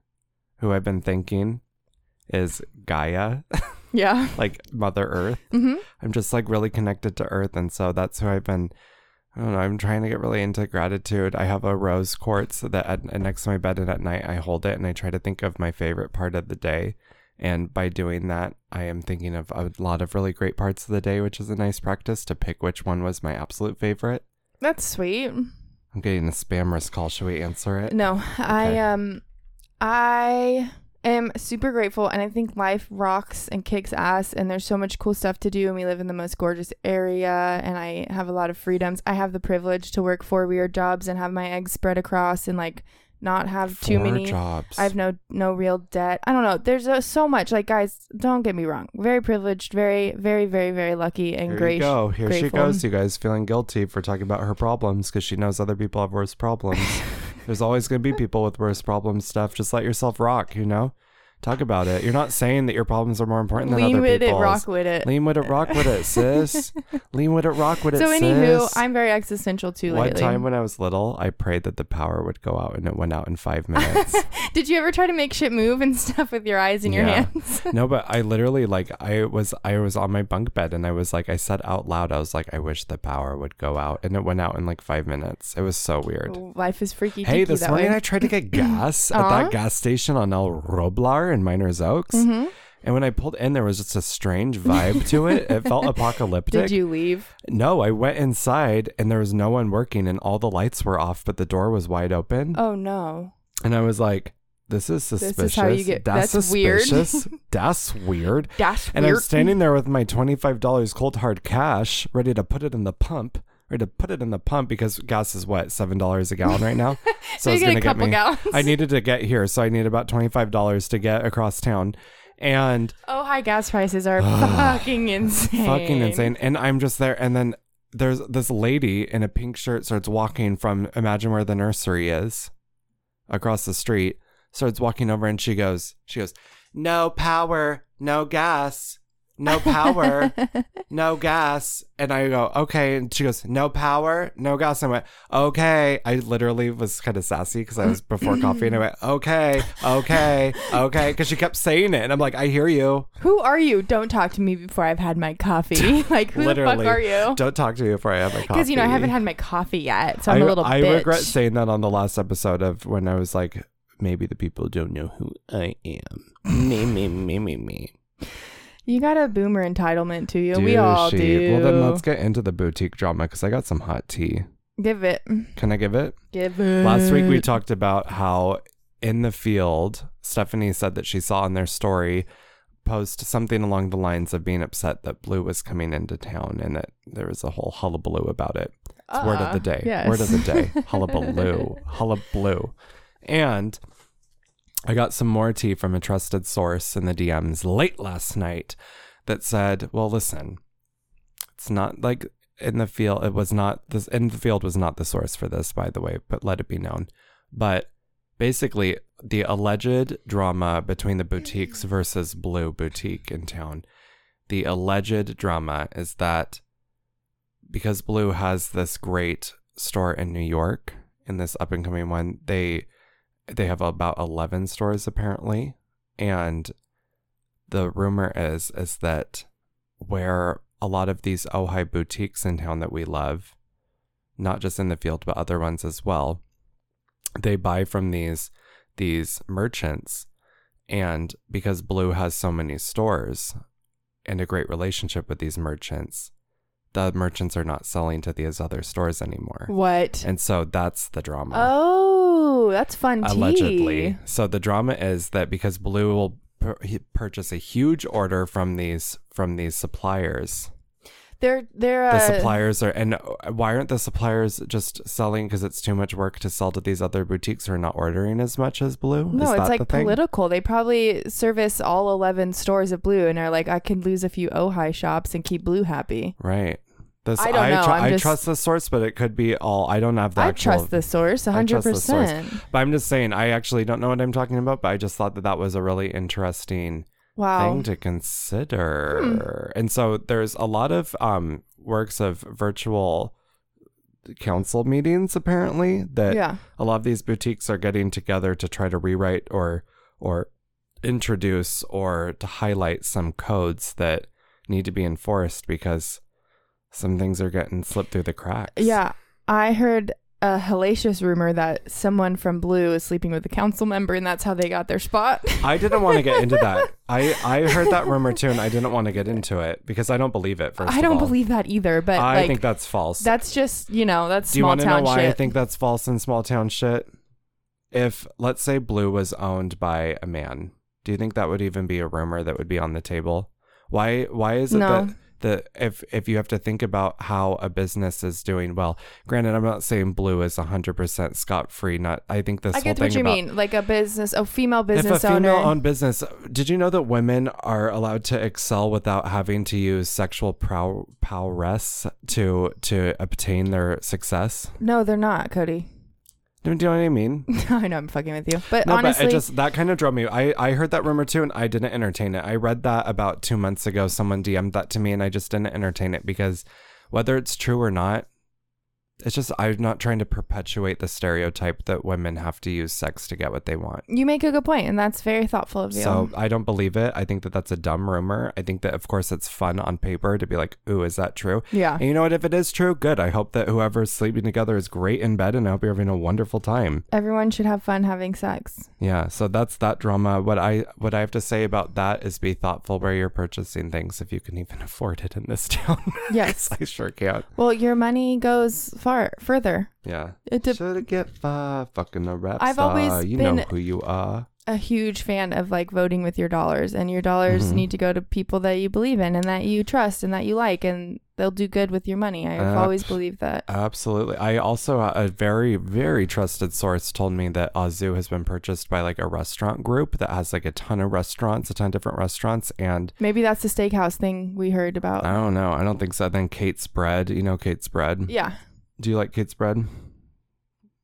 who I've been thinking, is Gaia, Yeah. like Mother Earth. Mhm. I'm just like really connected to Earth, and so that's who I've been. I don't know. I'm trying to get really into gratitude. I have a rose uh, quartz that at, next to my bed, and at night I hold it and I try to think of my favorite part of the day. And by doing that, I am thinking of a lot of really great parts of the day, which is a nice practice to pick which one was my absolute favorite. That's sweet. I'm getting a spam risk call. Should we answer it? No, I Okay. um, I am super grateful, and I think life rocks and kicks ass. And there's so much cool stuff to do, and we live in the most gorgeous area, and I have a lot of freedoms. I have the privilege to work four weird jobs and have my eggs spread across, and like not have too Four many. jobs. I have no no real debt. I don't know. There's uh, so much. Like guys, don't get me wrong. Very privileged. Very very very very lucky and Here great. you go. Here she grateful. goes, you guys, feeling guilty for talking about her problems because she knows other people have worse problems. There's always going to be people with worse problem stuff. Just let yourself rock, you know? Talk about it. You're not saying that your problems are more important than Lean other with it, people's. rock with it. Lean with it, rock with it, sis. Lean with it, rock with it, so sis. anywho, I'm very existential too One lately. time when I was little, I prayed that the power would go out, and it went out in five minutes. Did you ever try to make shit move and stuff with your eyes and your Yeah. hands? no, but I literally like I was I was on my bunk bed, and I was like I said out loud, I was like, I wish the power would go out, and it went out in like five minutes. It was so weird. Oh, Life is freaky. Hey, deaky this that Uh-huh. morning way. I tried to get gas at Aw. that gas station on El Roblar in Miners Oaks. Mm-hmm. And when I pulled in, there was just a strange vibe to it. It felt apocalyptic. Did you leave? No, I went inside and there was no one working and all the lights were off, but the door was wide open. Oh no. And I was like, this is is suspicious. how you get- that's weird." suspicious. that's weird. That's And I'm weird. standing there with my $25 cold hard cash ready to put it in the pump. Ready to put it in the pump because gas is what, $7 a gallon right now? So You it's get a going to get couple me. gallons. I needed to get here. So I need about $25 to get across town. And Oh, high gas prices are fucking insane. fucking insane. And I'm just there, and then there's this lady in a pink shirt starts walking from imagine where the nursery is across the street. Starts walking over, and she goes, she goes, no power, no gas, no power, no gas. And I go, okay. And she goes, no power, no gas. I went, okay. I literally was kind of sassy because I was before coffee, and I went, okay, okay, okay, because she kept saying it, and I'm like, I hear you. Who are you? Don't talk to me before I've had my coffee. like who Literally, the fuck are you? Don't talk to me before I have my coffee. Because you know I haven't had my coffee yet, so I'm I- a little I bitch. regret saying that on the last episode of when I was like, maybe the people don't know who I am. me, me, me, me, me. you got a boomer entitlement to you. Do we all she? do. Well, then let's get into the boutique drama because I got some hot tea. give it. Can I give it? Give it. Last week Mm. we talked about how in the field, Stephanie said that she saw in their story post something along the lines of being upset that Blue was coming into town and that there was a whole hullabaloo about it. It's word Ah, of the day. yes. Word of the day. Hullabaloo. Hullabaloo. And I got some more tea from a trusted source in the DMs late last night that said, well, listen, it's not like in the field, it was not this, in the field was not the source for this, by the way, but let it be known. But basically, the alleged drama between the boutiques versus Blue Boutique in town, the alleged drama is that because Blue has this great store in New York and this up and coming one, they they have about eleven stores apparently, and the rumor is is that where a lot of these Ojai boutiques in town that we love, not just in the field but other ones as well, they buy from these these merchants, and because Blue has so many stores and a great relationship with these merchants, the merchants are not selling to these other stores anymore. What? And so that's the drama. Oh, that's fun tea. allegedly. So the drama is that because Blue will pur- he- purchase a huge order from these from these suppliers. They're they're The uh, suppliers are and uh, why aren't the suppliers just selling because it's too much work to sell to these other boutiques who are not ordering as much as Blue? No, is it's that the like thing? political. They probably service all eleven stores of Blue and are like, I can lose a few Ojai shops and keep Blue happy. Right. This I don't know, tru- I'm I just- trust the source, but it could be all. I don't have the I actual- trust the source, I hundred trust the source. percent. But I'm just saying, I actually don't know what I'm talking about, but I just thought that that was a really interesting Wow. thing to consider. Hmm. And so there's a lot of um, works of virtual council meetings apparently that Yeah. a lot of these boutiques are getting together to try to rewrite or or introduce or to highlight some codes that need to be enforced because some things are getting slipped through the cracks. Yeah. I heard uh, a hellacious rumor that someone from Blue is sleeping with a council member, and that's how they got their spot. I didn't want to get into that. I, I heard that rumor too, and I didn't want to get into it because I don't believe it. First, I of don't all. believe that either, but I like think that's false. that's just you know that's Do you small want to know town why shit. I think that's false and small town shit? If let's say Blue was owned by a man, do you think that would even be a rumor that would be on the table? Why why is it No. that that if if you have to think about how a business is doing well, granted I'm not saying Blue is 100% scot free, not I think this I whole get thing what you about mean, like a business, a female business if a owner. female owned business, did you know that women are allowed to excel without having to use sexual prow- prowess to to obtain their success? no, they're not, Cody. Do you know what I mean? I know I'm fucking with you, but No, honestly, but it just that kind of drove me. I, I heard that rumor too, and I didn't entertain it. I read that about two months ago. Someone DM'd that to me, and I just didn't entertain it because whether it's true or not, it's just I'm not trying to perpetuate the stereotype that women have to use sex to get what they want. you make a good point, and that's very thoughtful of you. So I don't believe it. I think that that's a dumb rumor. I think that of course it's fun on paper to be like, "Ooh, is that true?" yeah, And you know what? If it is true, good. I hope that whoever's sleeping together is great in bed, and I hope you're having a wonderful time. everyone should have fun having sex. Yeah, so that's that drama. What I what I have to say about that is be thoughtful where you're purchasing things if you can even afford it in this town. Yes. I sure can't. Well, your money goes far further. Yeah. It dep- Should have get five fucking a rap I've star. always you know been- who you are. a huge fan of like voting with your dollars and your dollars Mhm. need to go to people that you believe in and that you trust and that you like and they'll do good with your money. I've Ab- always believed that. Absolutely. I also uh, a very very trusted source told me that Azu has been purchased by like a restaurant group that has like a ton of restaurants, a ton of different restaurants and Maybe that's the steakhouse thing we heard about. I don't know. I don't think so. Then Kate's bread. You know Kate's bread. yeah. Do you like Kate's bread?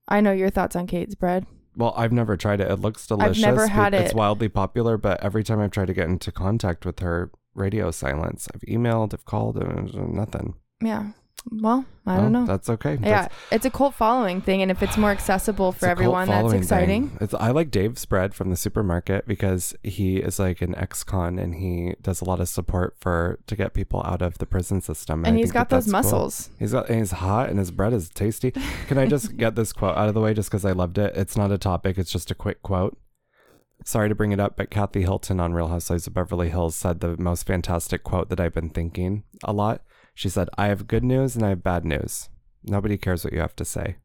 I know your thoughts on Kate's bread. Well, I've never tried it. It looks delicious. never be- had It's it. wildly popular, but every time I've tried to get into contact with her, radio silence. I've emailed, I've called, and uh, nothing. Yeah. Well, I don't Well, know. That's okay. Yeah, That's, it's a cult following thing and if it's more accessible it's for a cult everyone that's following exciting. thing. It's, I like Dave's bread from the supermarket because he is like an ex-con and he does a lot of support for to get people out of the prison system. I And he's think that got those that's cool. muscles. He's got and he's hot and his bread is tasty. Can I just get this quote out of the way just because I loved it? It's not a topic, it's just a quick quote. Sorry to bring it up, but Kathy Hilton on Real Housewives of Beverly Hills said the most fantastic quote that I've been thinking a lot. She said, I have good news and I have bad news. Nobody cares what you have to say.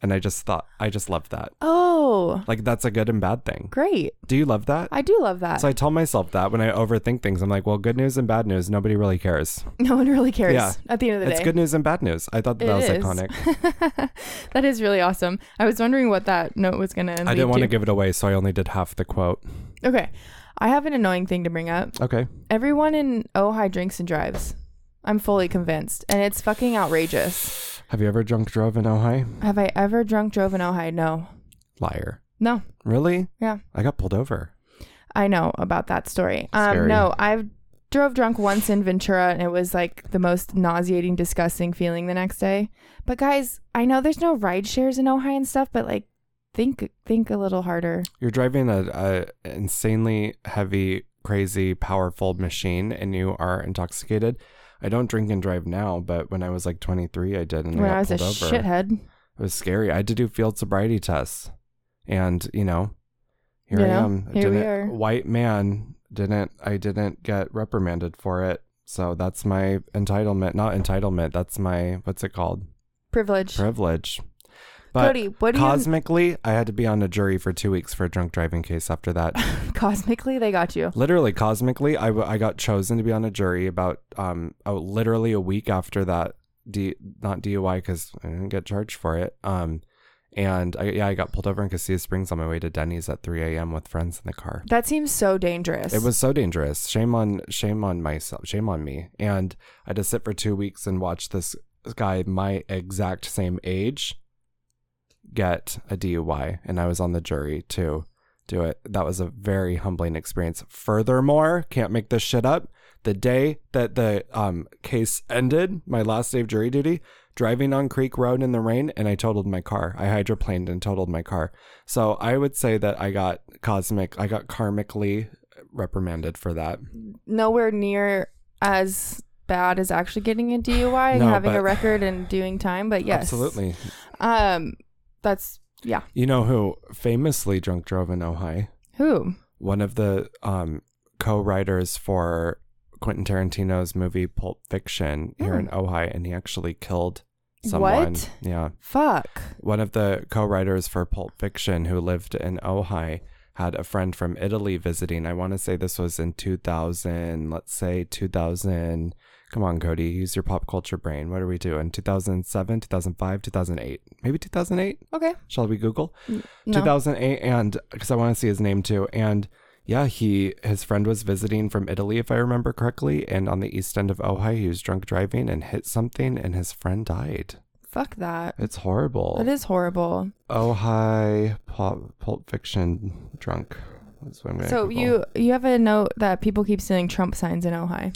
And I just thought, I just loved that. Oh, Like, that's a good and bad thing. great. Do you love that? I do love that. so I tell myself that when I overthink things, I'm like, well, good news and bad news, nobody really cares. no one really cares Yeah. at the end of the It's day. good news and bad news. I thought that, It was is. iconic. that is really awesome. I was wondering what that note was going to I didn't want to give it away, so I only did half the quote. Okay. I have an annoying thing to bring up. Okay. Everyone in Ojai drinks and drives. I'm fully convinced. And it's fucking outrageous. Have you ever drunk drove in Ojai? Have I ever drunk, drove in Ojai? No. Liar. No. Really? Yeah. I got pulled over. I know about that story. Um, Scary. no, I've drove drunk once in Ventura and it was like the most nauseating, disgusting feeling the next day. But guys, I know there's no ride shares in Ojai and stuff, but like think think a little harder. You're driving a, a insanely heavy, crazy, powerful machine, and you are intoxicated. I don't drink and drive now, but when I was like 23, I did, and when I I was got a pulled over. shithead. It was scary. I had to do field sobriety tests, and you know, here You I know, am. I here we didn't- are. White man didn't. I didn't get reprimanded for it. So that's my entitlement. Not entitlement. That's my what's it called? Privilege. Privilege. But Cody, what do cosmically, I had to be on a jury for two weeks for a drunk driving case. After that, you cosmically they got you? literally cosmically, I, w- I got chosen to be on a jury about um oh, literally a week after that. D not DUI because I didn't get charged for it. Um, and I, yeah, I got pulled over in Cassia Springs on my way to Denny's at 3 a.m. with friends in the car. That seems so dangerous. It was so dangerous. Shame on shame on myself. Shame on me. And I had to sit for two weeks and watch this guy my exact same age get a DUI, and I was on the jury to do it. That was a very humbling experience. Furthermore, can't make this shit up. The day that the um, case ended, my last day of jury duty, driving on Creek Road in the rain, and I totaled my car. I hydroplaned and totaled my car. So I would say that I got cosmic, I got karmically reprimanded for that. nowhere near as bad as actually getting a DUI and No, having a but- record and doing time, but yes. Absolutely. Um, that's yeah. You know who famously drunk drove in Ojai? Who? One of the um, co-writers for Quentin Tarantino's movie Pulp Fiction here in Ojai, and he actually killed someone. Hmm. What? Yeah, Fuck. one of the co-writers for Pulp Fiction who lived in Ojai had a friend from Italy visiting. I want to say this was in 2000, let's say 2000. Come on, Cody, use your pop culture brain. What are we doing? 2007, 2005, 2008. Maybe 2008? Okay. Oh, Shall we Google? No. 2008 and because I want to see his name too. And yeah, he his friend was visiting from Italy, if I remember correctly, and on the east end of Ojai, he was drunk driving and hit something, and his friend died. Fuck that. It's horrible. That is horrible. Ojai Pulp, Oh, Pulp Fiction drunk. That's what I'm gonna So Google. you you have a note that people keep stealing Trump signs in Ojai.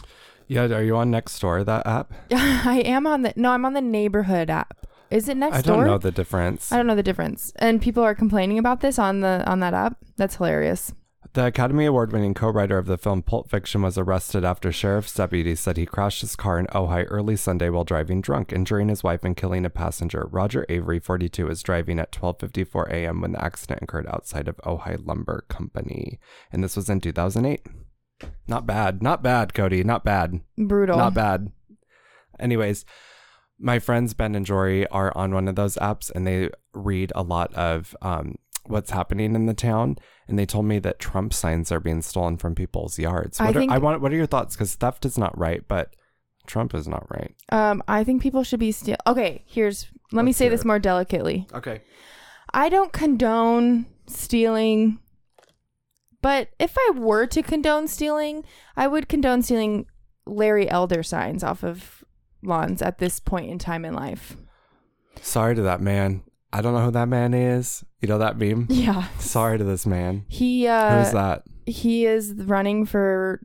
yeah, are you on Next Door that app? I am on the no, I'm on the neighborhood app. Is it next I don't door? know the difference. I don't know the difference. And people are complaining about this on the on that app. That's hilarious. The Academy Award winning co writer of the film Pulp Fiction was arrested after sheriff's deputies said he crashed his car in Ojai early Sunday while driving drunk, injuring his wife and killing a passenger. Roger Avery, 42, was driving at 12.54 a.m. when the accident occurred outside of Ojai Lumber Company. And this was in 2008. Not bad. Not bad, Cody. Not bad. Brutal. Not bad. Anyways, my friends Ben and Jory are on one of those apps and they read a lot of um, what's happening in the town. And they told me that Trump signs are being stolen from people's yards. I What are, think- I want. What are your thoughts? Because theft is not right, but Trump is not right. Um, I think people should be steal. Okay, here's. Let me Let's say hear this it. more delicately. Okay. I don't condone stealing, but if I were to condone stealing, I would condone stealing Larry Elder signs off of lawns at this point in time in life. Sorry to that man. I don't know who that man is. You know that meme. Yeah, Sorry to this man. he Who's uh, that? he is running for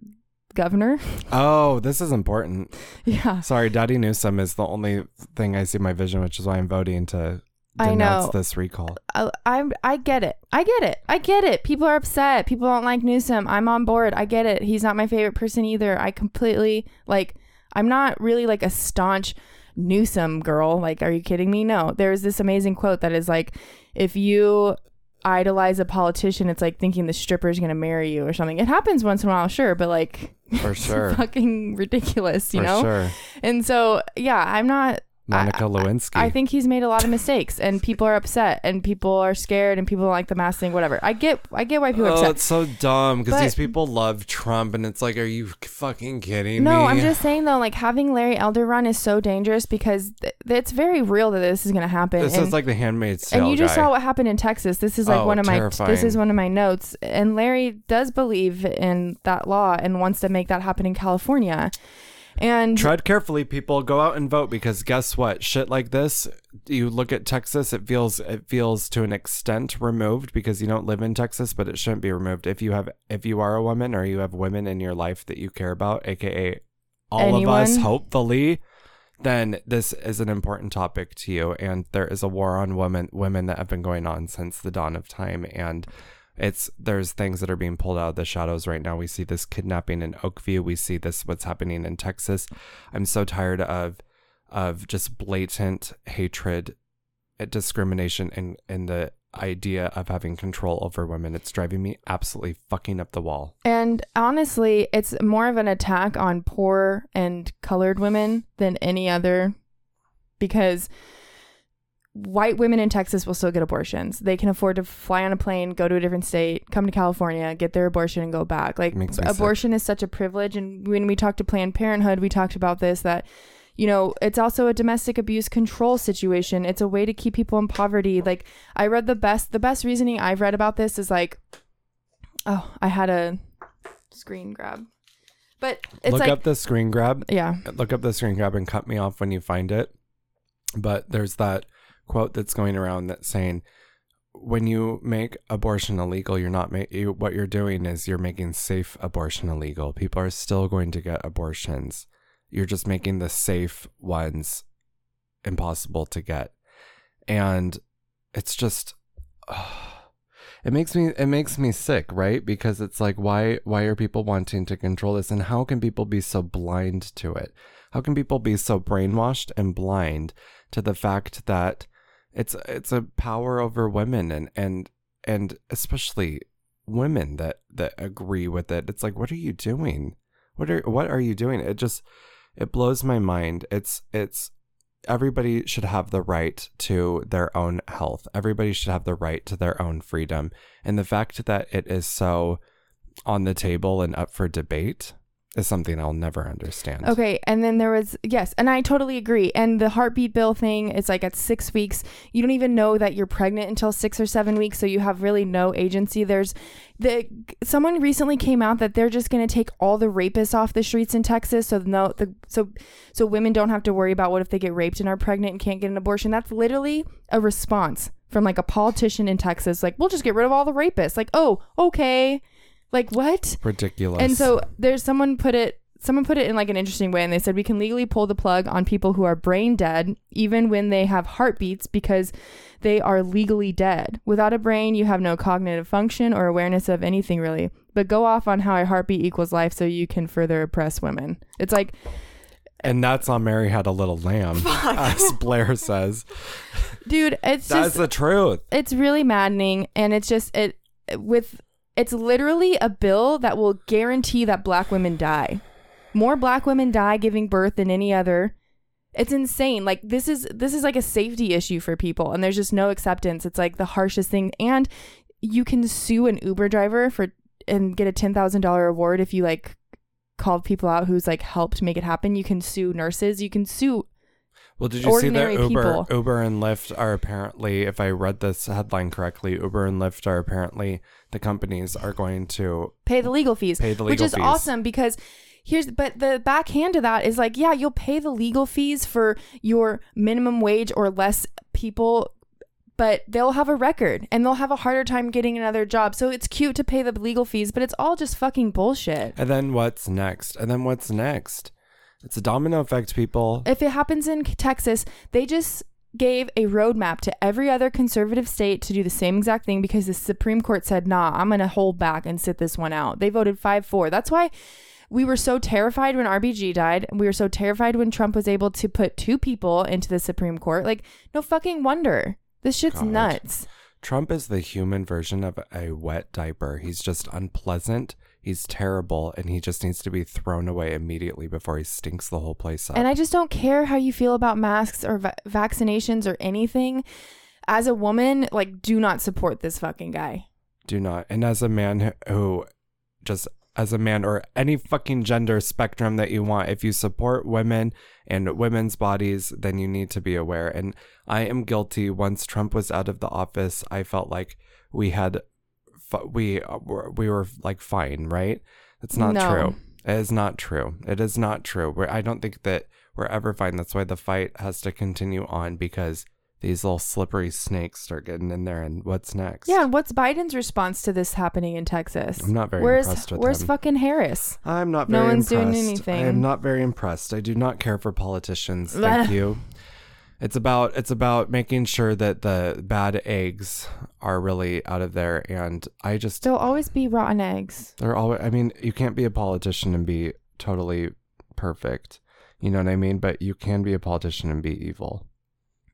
governor. Oh, this is important. yeah, Sorry, Daddy Newsom is the only thing I see in my vision, which is why I'm voting to I denounce know. this recall. I, I'm. I get it. I get it. I get it. People are upset. People don't like Newsom. I'm on board. I get it. He's not my favorite person either. I completely like. I'm not really like a staunch Newsom girl. Like, are you kidding me? No. There's this amazing quote that is like, if you idolize a politician, it's like thinking the stripper's gonna marry you or something. It happens once in a while, sure, but like, For it's sure. fucking ridiculous, you For know. sure. And so, yeah, I'm not. Monica Lewinsky. I think he's made a lot of mistakes, and people are upset, and people are scared, and people don't like the mask thing. Whatever. I get, I get why people are Oh, upset. it's so dumb because But- these people love Trump, and it's like, are you fucking kidding me? No, I'm just saying though, like having Larry Elder run is so dangerous because th- it's very real that this is going to happen. This and, is like the Handmaid's Tale and you just guy. saw what happened in Texas. This is like Oh, one of my this terrifying. is one of my notes, and Larry does believe in that law and wants to make that happen in California. And Tread carefully, people. Go out and vote because guess what? Shit like this, you look at Texas, it feels it feels to an extent removed because you don't live in Texas, but it shouldn't be removed. If you have if you are a woman or you have women in your life that you care about, aka all of us, Anyone? hopefully, then this is an important topic to you. And there is a war on women women that have been going on since the dawn of time and it's there's things that are being pulled out of the shadows right now. We see this kidnapping in Oakview. We see this what's happening in Texas. I'm so tired of of just blatant hatred, and discrimination, and and the idea of having control over women. It's driving me absolutely fucking up the wall. And honestly, it's more of an attack on poor and colored women than any other because white women in Texas will still get abortions. They can afford to fly on a plane, go to a different state, come to California, get their abortion and go back. Like Makes me abortion is such a privilege and when we talked to Planned Parenthood, we talked about this that you know, it's also a domestic abuse control situation. It's a way to keep people in poverty. Like I read the best the best reasoning I've read about this is like Oh, I had a screen grab. But it's Look like up the screen grab. yeah. Look up the screen grab and cut me off when you find it. But there's that quote that's going around that's saying. When you make abortion illegal, you're not ma- you, what you're doing is you're making safe abortion illegal. People are still going to get abortions. You're just making the safe ones impossible to get and it's just it makes me it makes me sick right because it's like why why are people wanting to control this and how can people be so blind to it how can people be so brainwashed and blind to the fact that it's it's a power over women and and and especially women that that agree with it it's like what are you doing what are what are you doing it just it blows my mind it's it's everybody should have the right to their own health everybody should have the right to their own freedom and the fact that it is so on the table and up for debate is something i'll never understand Okay, and then there was yes, and I totally agree. And the heartbeat bill thing is like at six weeks, you don't even know that you're pregnant until six or seven weeks, so you have really no agency. There's the someone recently came out that they're just going to take all the rapists off the streets in Texas, so no, the, so so women don't have to worry about what if they get raped and are pregnant and can't get an abortion. That's literally a response from like a politician in Texas, like we'll just get rid of all the rapists. Like oh okay, like what? ridiculous And so there's someone put it someone put it in like an interesting way and they said we can legally pull the plug on people who are brain dead even when they have heartbeats because they are legally dead. Without a brain, you have no cognitive function or awareness of anything really. But go off on how a heartbeat equals life so you can further oppress women. It's like and that's on mary had a little lamb as blair says dude, it's that's just the truth it's really maddening and it's just it with it's literally a bill that will guarantee that black women die more black women die giving birth than any other it's insane like this is this is like a safety issue for people and there's just no acceptance it's like the harshest thing and you can sue an uber driver for and get a $10000 award if you like called people out who's like helped make it happen you can sue nurses you can sue Well, did you see that ordinary Uber, people. Uber and Lyft are apparently, if I read this headline correctly, Uber and Lyft are apparently the companies are going to pay the legal fees, Pay the which legal is fees. awesome because here's but the backhand to that is like yeah you'll pay the legal fees for your minimum wage or less people but they'll have a record and they'll have a harder time getting another job so it's cute to pay the legal fees but it's all just fucking bullshit And then what's next? And then what's next? It's a domino effect, people. if it happens in texas they just gave a roadmap to every other conservative state to do the same exact thing because the supreme court said nah i'm gonna hold back and sit this one out they voted 5-4 that's why we were so terrified when RBG died. and We were so terrified when Trump was able to put two people into the Supreme Court. Like, no fucking wonder. This shit's God. nuts. Trump is the human version of a wet diaper. He's just unpleasant. He's terrible, and he just needs to be thrown away immediately before he stinks the whole place up. And I just don't care how you feel about masks or va- vaccinations or anything. As a woman, like, do not support this fucking guy. Do not. And as a man who just as a man or any fucking gender spectrum that you want, if you support women and women's bodies, then you need to be aware. And I am guilty. Once Trump was out of the office, I felt like we had fu- we uh, were we were like fine, right? That's not No. true. It is not true. It is not true. We're, I don't think that we're ever fine. That's why the fight has to continue on because these little slippery snakes start getting in there. And what's next? Yeah, and what's Biden's response to this happening in Texas? I'm not very where's, impressed with Where's him. fucking Harris? I'm not No very one's doing impressed. anything. I am not very impressed. I do not care for politicians. Thank you. It's about it's about making sure that the bad eggs are really out of there and I just There'll always be rotten eggs. they're always I mean, you can't be a politician and be totally perfect. You know what I mean? But you can be a politician and be evil.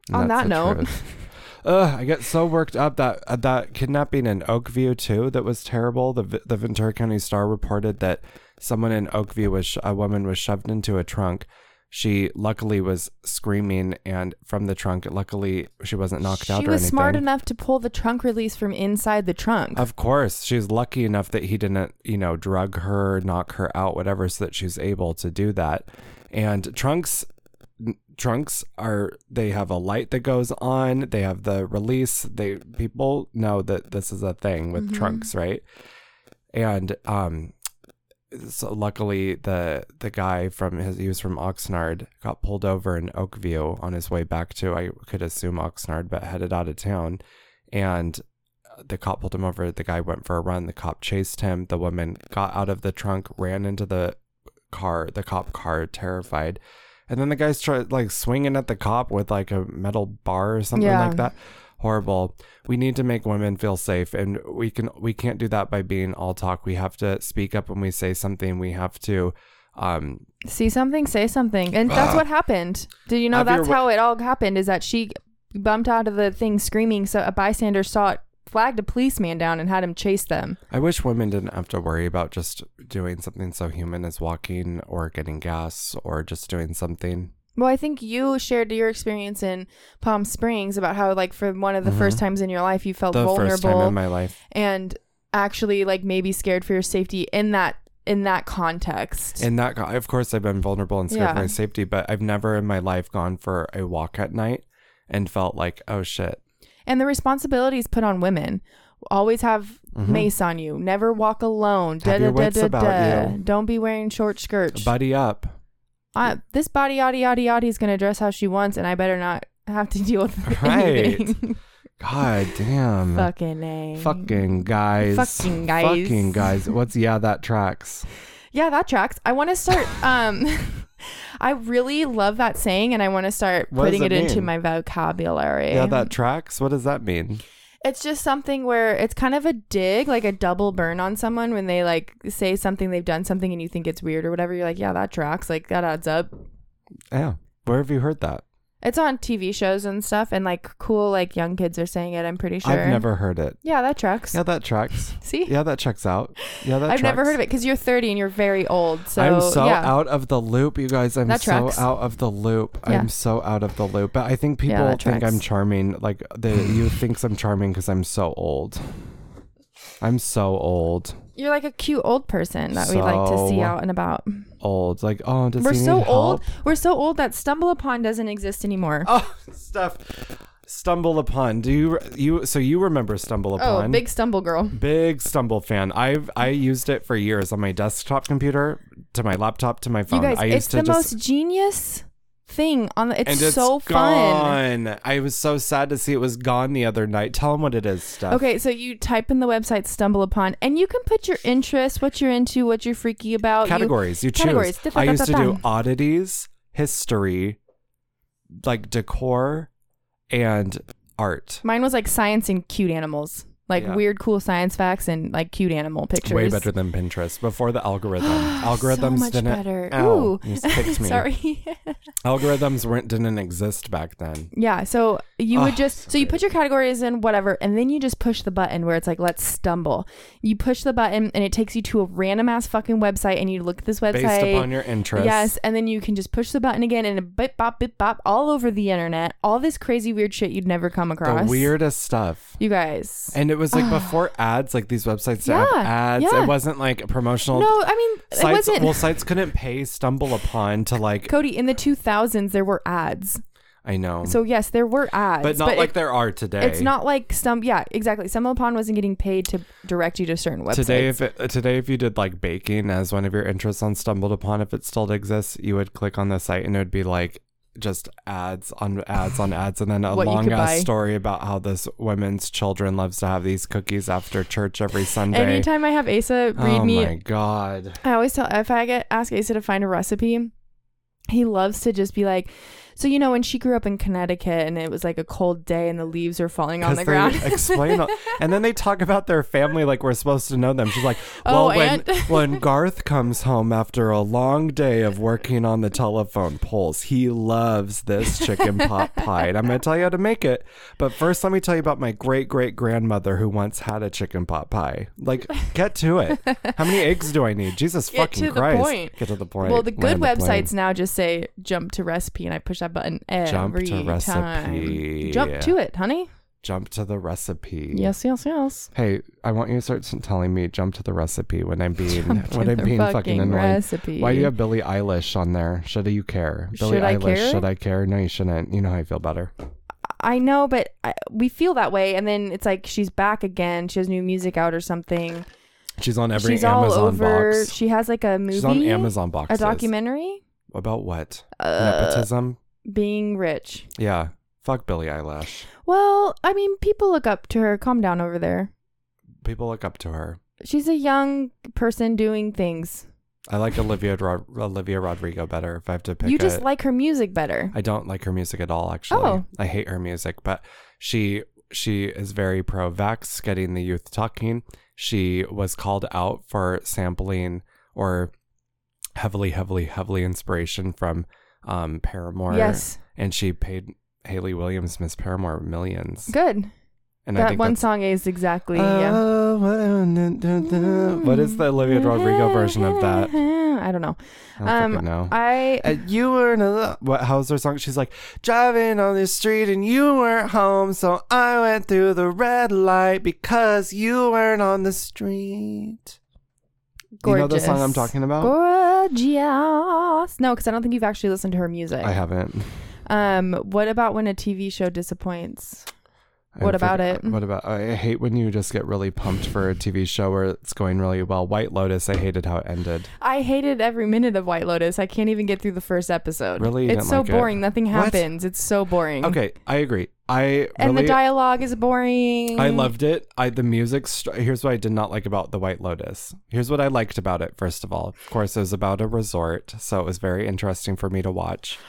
And On that that's the note- truth. Ugh, I get so worked up that uh, that kidnapping in Oakview too that was terrible. The V- the Ventura County Star reported that someone in Oakview was sh- a woman was shoved into a trunk. She luckily was screaming, and from the trunk, luckily she wasn't knocked she out was or anything. smart enough to pull the trunk release from inside the trunk. Of course, she was lucky enough that he didn't, you know, drug her, knock her out, whatever, so that she was able to do that. And trunks, trunks are they have a light that goes on. They have the release. They people know that this is a thing with trunks, right? And um, so luckily the the guy from his he was from Oxnard got pulled over in Oakview on his way back to I could assume Oxnard, but headed out of town, and the cop pulled him over. The guy went for a run. The cop chased him. The woman got out of the trunk, ran into the car, the cop car, terrified. And then the guy's try, like swinging at the cop with like a metal bar or something Yeah. like that. Horrible. We need to make women feel safe, and we can we can't do that by being all talk. We have to speak up when we say something. We have to um, See something, say something. And that's what happened. Did you know Have your that's wa- how it all happened is that she bumped out of the thing screaming, so a bystander saw it, flagged a policeman down, and had him chase them. I wish women didn't have to worry about just doing something so human as walking or getting gas or just doing something. Well, I think you shared your experience in Palm Springs about how, like, for one of the first times in your life, you felt Mm-hmm. The first time vulnerable in my life. and actually, like, maybe scared for your safety in that in that context. And that, of course, I've been vulnerable and scared for Yeah. my safety, but I've never in my life gone for a walk at night and felt like, oh shit. and the responsibilities put on women. Always have mace on you. Never walk alone. Mm-hmm. Have your wits about you. Don't be wearing short skirts. Buddy up. I, this body, yada yada yada, is gonna dress how she wants, and I better not have to deal with Right. anything. God damn. Fucking a. Fucking guys. Fucking guys. Fucking guys. What's yeah, that tracks. Yeah, that tracks. I want to start. Um, I really love that saying, and I want to start What does putting it, it into mean? my vocabulary. Yeah, that tracks. What does that mean? It's just something where it's kind of a dig, like a double burn on someone when they like say something they've done something and you think it's weird or whatever. You're like, yeah, that tracks. Like that adds up. Yeah. Where have you heard that? It's on TV shows and stuff, and like cool, like young kids are saying it. I'm pretty sure. I've never heard it. Yeah, that tracks. Yeah, that tracks. See, Yeah, that checks out. Yeah, that I've tracks. never heard of it because you're 30 and you're very old. So I'm so yeah. out of the loop, you guys. I'm That so tracks. out of the loop. Yeah. I'm so out of the loop. But I think people that think tracks. I'm charming. Like the you thinks I'm charming because I'm so old. I'm so old, You're like a cute old person that we like to see So- out and about. old. Like oh, does We're he so need old. help? We're so old that stumble upon doesn't exist anymore. Oh, stuff. Stumble upon. Do you you so you remember stumble oh upon? big stumble girl. Big stumble fan. I've I used it for years on my desktop computer, to my laptop, to my phone. You guys, I used it's to the just most genius thing on the. It's, and it's so fun. gone. I was so sad to see it was gone the other night. Tell them what it is, Steph. Okay, so you type in the website stumble upon, and you can put your interests, what you're into, what you're freaky about. Categories. You, choose. oh, categories. Da- da- I da- used to da- do da. oddities, history, like decor, and art. Mine was like science and cute animals, like Yeah. weird, cool science facts and like cute animal pictures. Way better than Pinterest before the algorithm. Algorithms so much didn't. better. Ow, Ooh, you just kicked me. sorry. Algorithms weren't didn't exist back then. yeah, so you would Oh, just so you put your categories in whatever, and then you just push the button where it's like let's stumble. You push the button, and it takes you to a random ass fucking website, and you look at this website Based upon your interests. Yes, and then you can just push the button again and a bip bop bip bop all over the internet. All this crazy weird shit you'd never come across. The weirdest stuff. You guys. And it was like before ads, like these websites that Yeah, have ads. yeah. It wasn't like promotional. No, I mean it sites wasn't well sites couldn't pay stumble upon to like Cody in the 2000s there were ads. i know So yes, there were ads. but not like it- there are today It's not like some yeah, exactly. Stumble upon wasn't getting paid to direct you to certain websites. today if it, today if you did like baking as one of your interests on stumbled upon if it still exists you would click on the site and it would be like just ads on ads on ads and then a What you long could ass buy. story about how this woman's children loves to have these cookies after church every sunday Anytime I have Asa read oh me my god I always tell if I get ask Asa to find a recipe, he loves to just be like, so you know when she grew up in Connecticut and it was like a cold day and the leaves are falling on the ground. they explain, all- and then they talk about their family like we're supposed to know them. She's like, Oh, "Well, when and- when Garth comes home after a long day of working on the telephone poles, he loves this chicken pot pie, and I'm going to tell you how to make it. But first, let me tell you about my great great grandmother who once had a chicken pot pie. Like, get to it. How many eggs do I need? Jesus Get fucking to the Christ! point. Get to the point. well, the good Land the plane. websites now just say jump to recipe, and I push that button Jump every to time. recipe. Jump to it, honey. Jump to the recipe. Yes, yes, yes. Hey, I want you to start telling me jump to the recipe when I'm being to when I'm the being fucking fucking annoying. recipe. Why do you have Billie Eilish on there? Should you care? Billie Should I Eilish, care? should I care? No, you shouldn't. You know how I feel better. I know, but I, we feel that way, and then it's like she's back again. She has new music out or something. She's on every she's Amazon all over. box. She has like a movie, She's on Amazon a boxes. documentary, uh, about what? Nepotism? being rich. Yeah. Fuck Billie Eilish. Well, I mean, people look up to her. Calm down over there. People look up to her. She's a young person doing things. I like Olivia Rod- Olivia Rodrigo better if I have to pick you just a- like her music better. I don't like her music at all. Actually, Oh. I hate her music. But she she is very pro-vax, getting the youth talking. She was called out for sampling or heavily, heavily, heavily inspiration from um, Paramore. Yes. and she paid Haley Williams, Miss Paramore, Millions. Good. And that one that's- song is exactly. yeah. Uh, what is the Olivia Rodrigo version of that? I don't know. I don't Um, fucking know. I Uh, you were in a what? How's her song? She's like driving on the street and you weren't home, so I went through the red light because you weren't on the street. You know the song I'm Gorgeous. talking about? gorgeous. No, because I don't think you've actually listened to her music. I haven't. Um, what about when a TV show disappoints? I What about forgot- it? What about? I hate when you just get really pumped for a TV show where it's going really well. White Lotus. I hated how it ended. I hated every minute of White Lotus. I can't even get through the first episode. Really? You it's didn't so like it? boring. Nothing What? happens. It's so boring. Okay, I agree. I And really. the dialogue is boring. I loved it. I the music. St- here's what I did not like about the White Lotus. Here's what I liked about it. First of all, of course, it was about a resort, so it was very interesting for me to watch.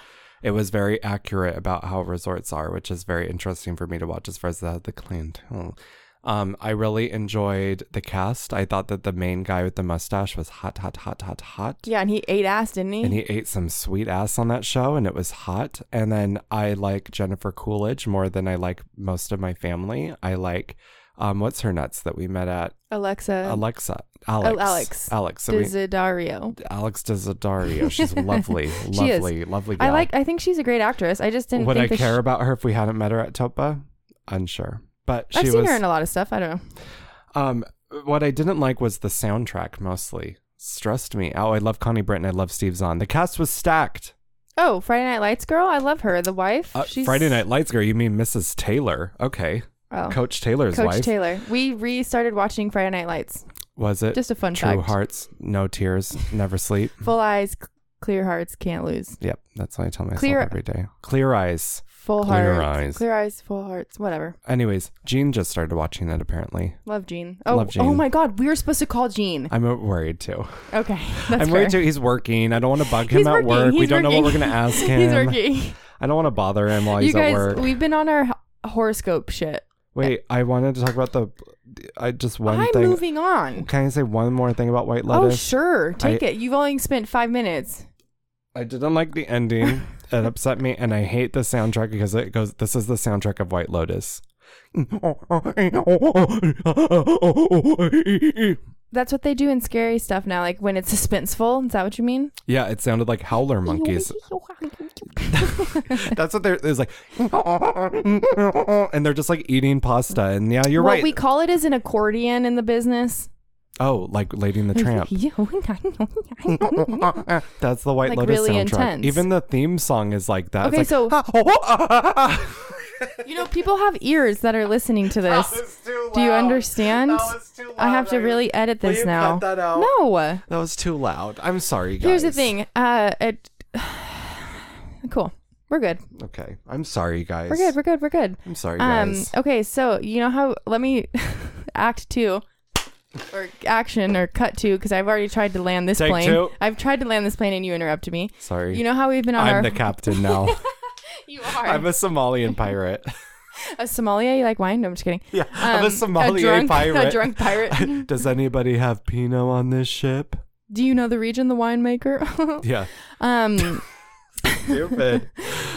It was very accurate about how resorts are, which is very interesting for me to watch as far as the the clientele. Um, I really enjoyed the cast. I thought that the main guy with the mustache was hot, hot, hot, hot, hot. Yeah, and he ate ass, didn't he? And he ate some sweet ass on that show, and it was hot. And then I like Jennifer Coolidge more than I like most of my family. I like, um, what's her nuts that we met at Alexa Alexa, Alex, Um, oh, Alex. Alex. So we- Desiderio. Alex Desiderio. She's lovely, She is. lovely, lovely. Gal. I like. I think she's a great actress. I just didn't. Would think I that care She, about her if we hadn't met her at Topa? Unsure, but she I've seen was. her in a lot of stuff. I don't know. Um, what I didn't like was the soundtrack mostly. Stressed me out. I love Connie Britton. I love Steve Zahn. The cast was stacked. Oh, Friday Night Lights girl. I love her. The wife. Uh, she's Friday Night Lights girl. You mean Mrs. Taylor? Okay, Oh. Coach Taylor's Coach wife. Taylor. We restarted watching Friday Night Lights. was it Just a fun Uh, True fact. hearts, no tears, never sleep. Full eyes, c- clear hearts can't lose. Yep, that's what I tell myself Clear- every day. Clear eyes. Full Clear hearts, eyes. clear eyes, full hearts. Whatever. Anyways, Jean just started watching it. Apparently, Love Gene. Oh, Love oh Gene. my God. We were supposed to call Gene. I'm uh, worried too. Okay, that's I'm fair. worried too. He's working. I don't want to bug him He's at working. work. we He's don't know what we're working. gonna ask him. He's working. I don't want to bother him while You he's at guys, work. we've been on our h- horoscope shit. Wait, I wanted to talk about the. I just one I'm thing. moving on. Can I say one more thing about White Oh Lotus? sure, take I- it. You've only spent five minutes. I didn't like the ending. It upset me, and I hate the soundtrack because it goes. This is the soundtrack of White Lotus. That's what they do in scary stuff now. Like when it's suspenseful. Is that what you mean? Yeah, it sounded like howler monkeys. That's what they're. It's like, and they're just like eating pasta. And yeah, you're what right. we call it is an accordion in the business. oh, like Lady and the Tramp. That's the White Like, Lotus really soundtrack. intense. Even the theme song is like that. Okay, It's so- like, you know, people have ears that are listening to this. Do you understand? I have to really edit this you now. cut that out? No. That was too loud. I'm sorry, guys. Here's the thing. Uh, it, cool. We're good. Okay, I'm sorry, guys. We're good. We're good. We're good. I'm sorry, Um. guys. Okay. So you know how? Let me act two, or action, or cut two, because I've already tried to land this Take plane. two. I've tried to land this plane, and you interrupted me. sorry. You know how we've been on I'm our. the captain now. you are I'm a Somalian pirate. a Somalia. You like wine? No, I'm just kidding. yeah, I'm a Um, Somalian drunk, pirate. A drunk pirate. Does anybody have Pinot on this ship? Do you know the region, the winemaker? Yeah, um, stupid.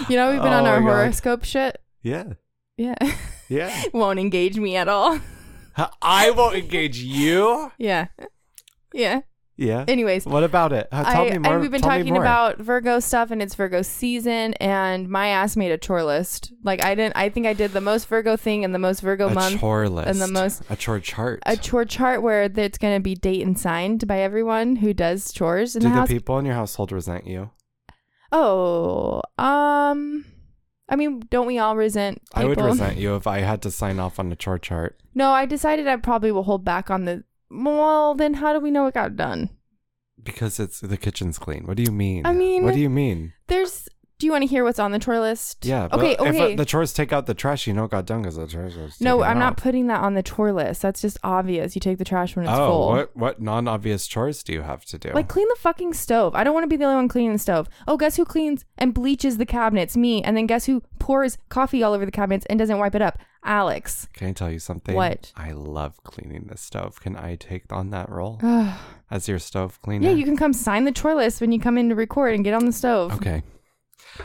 you know we've been on Oh our my God. horoscope shit. yeah, Yeah, yeah. won't engage me at all. I won't engage you. Yeah, yeah. Yeah. Anyways, What about it? Uh, tell I, me more. and we've been tell me talking more. about Virgo stuff, and it's Virgo season. And my ass made a chore list. Like I didn't. I think I did the most Virgo thing and the most Virgo a month. chore list and the most- a chore chart. a chore chart where it's going to be date and signed by everyone who does chores in Do the the house. people in your household resent you? oh, um, I mean, don't we all resent? People? I would resent you if I had to sign off on a chore chart. No, I decided I probably will hold back on the. Well, then how do we know it got done? Because it's the kitchen's clean. What do you mean? I mean- what do you mean? There's. Do you want to hear what's on the chore list? Yeah. But Okay. If Okay. uh, the chores take out the trash, you know, it got done because the trash was. no, taken I'm not out. putting that on the chore list. That's just obvious. You take the trash when it's oh, full. what what non-obvious chores do you have to do? Like clean the fucking stove. I don't want to be the only one cleaning the stove. Oh, guess who cleans and bleaches the cabinets? Me. And then guess who pours coffee all over the cabinets and doesn't wipe it up? Alex. Can I tell you something? What? I love cleaning the stove. Can I take on that role Ugh. as your stove cleaner? yeah, you can come sign the chore list when you come in to record and get on the stove. Okay.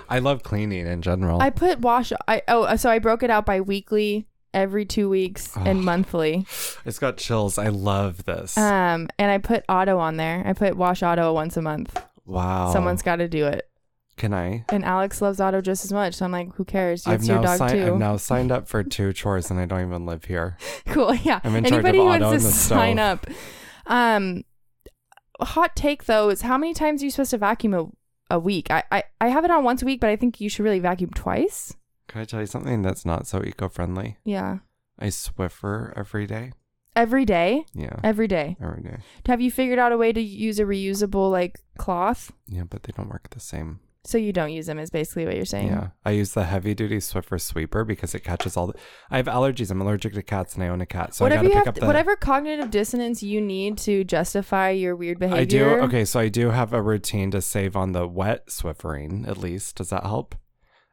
I love cleaning in general. I put wash. I oh, so I broke it out by weekly, every two weeks, and monthly. it's got chills. I love this. Um, and I put auto on there. I put wash auto once a month. wow. Someone's got to do it. Can I? And Alex loves auto just as much. So I'm like, who cares? It's I've your now, dog signed. too. I've now signed up for two chores and I don't even live here. cool. Yeah. I'm in charge of Anybody who auto wants to and the stove. sign up. Um, hot take though is how many times are you supposed to vacuum a, a week? I, I I have it on once a week, but I think you should really vacuum twice. Can I tell you something that's not so eco friendly? Yeah. I Swiffer every day. Every day. Yeah. Every day. Every day. Have you figured out a way to use a reusable like cloth? Yeah, but they don't work the same. So you don't use them is basically what you're saying. Yeah. I use the heavy duty Swiffer sweeper because it catches all the. I have allergies. I'm allergic to cats and I own a cat. So whatever I you gotta pick have, up to- the. whatever cognitive dissonance you need to justify your weird I do. behavior. Okay. So I do have a routine to save on the wet Swiffering, at least. Does that help?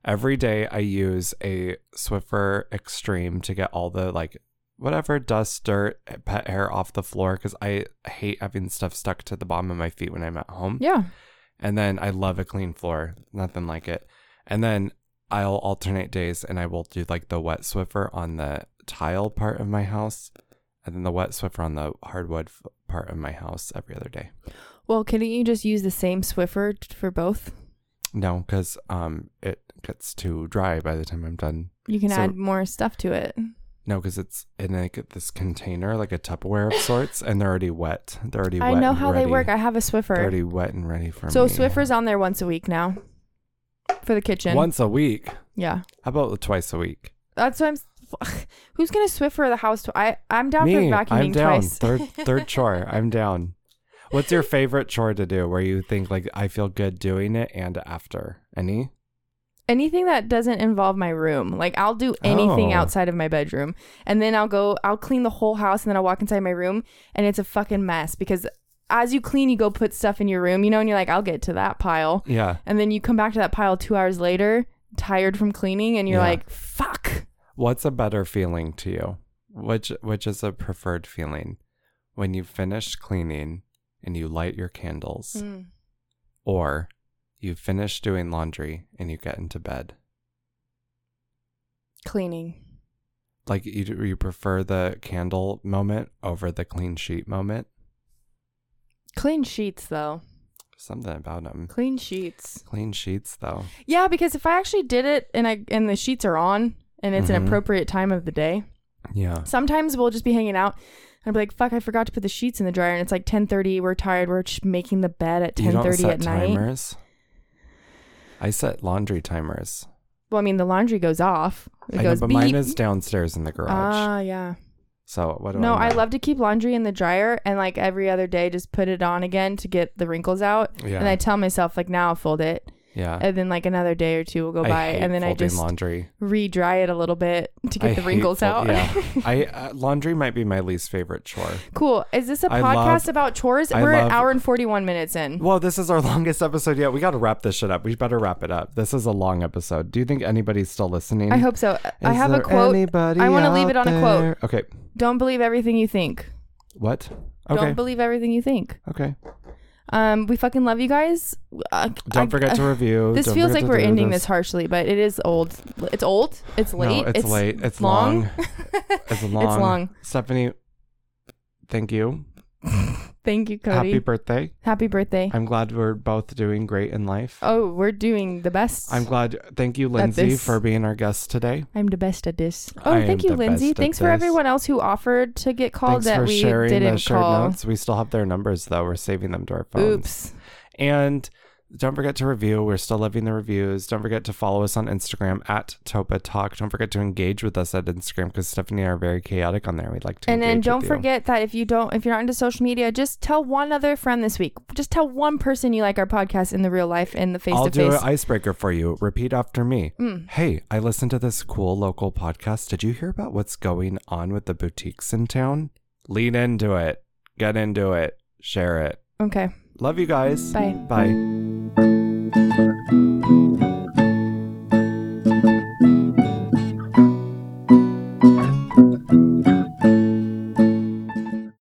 Every day I use a Swiffer Extreme to get all the like whatever dust, dirt, pet hair off the floor because I hate having stuff stuck to the bottom of my feet when I'm at home. Yeah. And then I love a clean floor, nothing like it. And then I'll alternate days and I will do like the wet Swiffer on the tile part of my house and then the wet Swiffer on the hardwood f- part of my house every other day. Well, couldn't you just use the same Swiffer t- for both? No, because um, it gets too dry by the time I'm done. You can So- add more stuff to it. No, because it's in like this container, like a Tupperware of sorts, and they're already wet. They're already. I wet know and how ready. they work. I have a They're Swiffer. already wet and ready for So me. Swiffer's on there once a week now for the kitchen. once a week. Yeah. How about twice a week? That's what I'm. Who's gonna Swiffer the house? Tw- I I'm down for me, vacuuming I'm down. twice. Third, third chore. I'm down. What's your favorite chore to do? Where you think like I feel good doing it and after any? anything that doesn't involve my room. Like I'll do anything Oh. outside of my bedroom. And then I'll go I'll clean the whole house and then I'll walk inside my room and it's a fucking mess because as you clean you go put stuff in your room, you know, and you're like, I'll get to that pile. Yeah. And then you come back to that pile two hours later, tired from cleaning, and you're Yeah. like, fuck. What's a better feeling to you? Which which is a preferred feeling? When you've finished cleaning and you light your candles Mm. or you finish doing laundry and you get into bed. Cleaning. Like you you prefer the candle moment over the clean sheet moment? Clean sheets though. Something about them. Clean sheets. Clean sheets though. Yeah, because if I actually did it and I and the sheets are on and it's an Mhm. appropriate time of the day, Yeah. sometimes we'll just be hanging out and I'll be like, fuck, I forgot to put the sheets in the dryer. And it's like 1030. We're tired. We're just making the bed at You don't 1030 at set night. timers. I set laundry timers. Well, I mean, the laundry goes off. It I know, goes but beep. mine is downstairs in the garage. Ah, yeah. so what do No, I? I know? love to keep laundry in the dryer and like every other day just put it on again to get the wrinkles out. Yeah. And I tell myself like now I'll fold it. Yeah. And then like another day or two will go I by hate and then I folding just laundry. re-dry it a little bit to get I the hate wrinkles fold- out. Yeah. I uh, laundry might be my least favorite chore. cool. Is this a I podcast love- about chores? I We're an love- hour and 41 minutes in. Well, this is our longest episode yet. We got to wrap this shit up. We better wrap it up. This is a long episode. Do you think anybody's still listening? I hope so. I Is have a there quote. anybody I want to leave out it on a quote. there? Okay. Don't believe everything you think. What? Okay. Don't believe everything you think. okay. Um, we fucking love you guys. Uh, Don't I- forget to review. This Don't feels forget like to we're do ending this. harshly, but it is old. It's old. It's late. No, it's, late. It's long. it's long. long. Stephanie, thank you. Thank you, Cody. Happy Happy, birthday. birthday. I'm glad we're both doing great in life. oh, we're doing the best. I'm glad. Thank you, Lindsay, this- for being our guest today. I'm the best at this. Oh, I thank am you, the Lindsay. best at Thanks for this. everyone else who offered to get called Thanks that for we sharing the didn't shared call. notes. We still have their numbers, though. We're saving them to our phones. Oops. And don't forget to review. We're still loving the reviews. Don't forget to follow us on Instagram at Topa Talk. Don't forget to engage with us at Instagram because Stephanie and I are very chaotic on there. We'd like to. And then engage don't with you. forget that if you don't, if you're not into social media, just tell one other friend this week. Just tell one person you like our podcast in the real life in the face I'll to do face. an icebreaker for you. Repeat after me. Hey, I listened to this cool local podcast. Did you hear about what's going on with the boutiques in town? Lean into it. Get into it. Share it. Okay. Love you guys. Bye. Bye.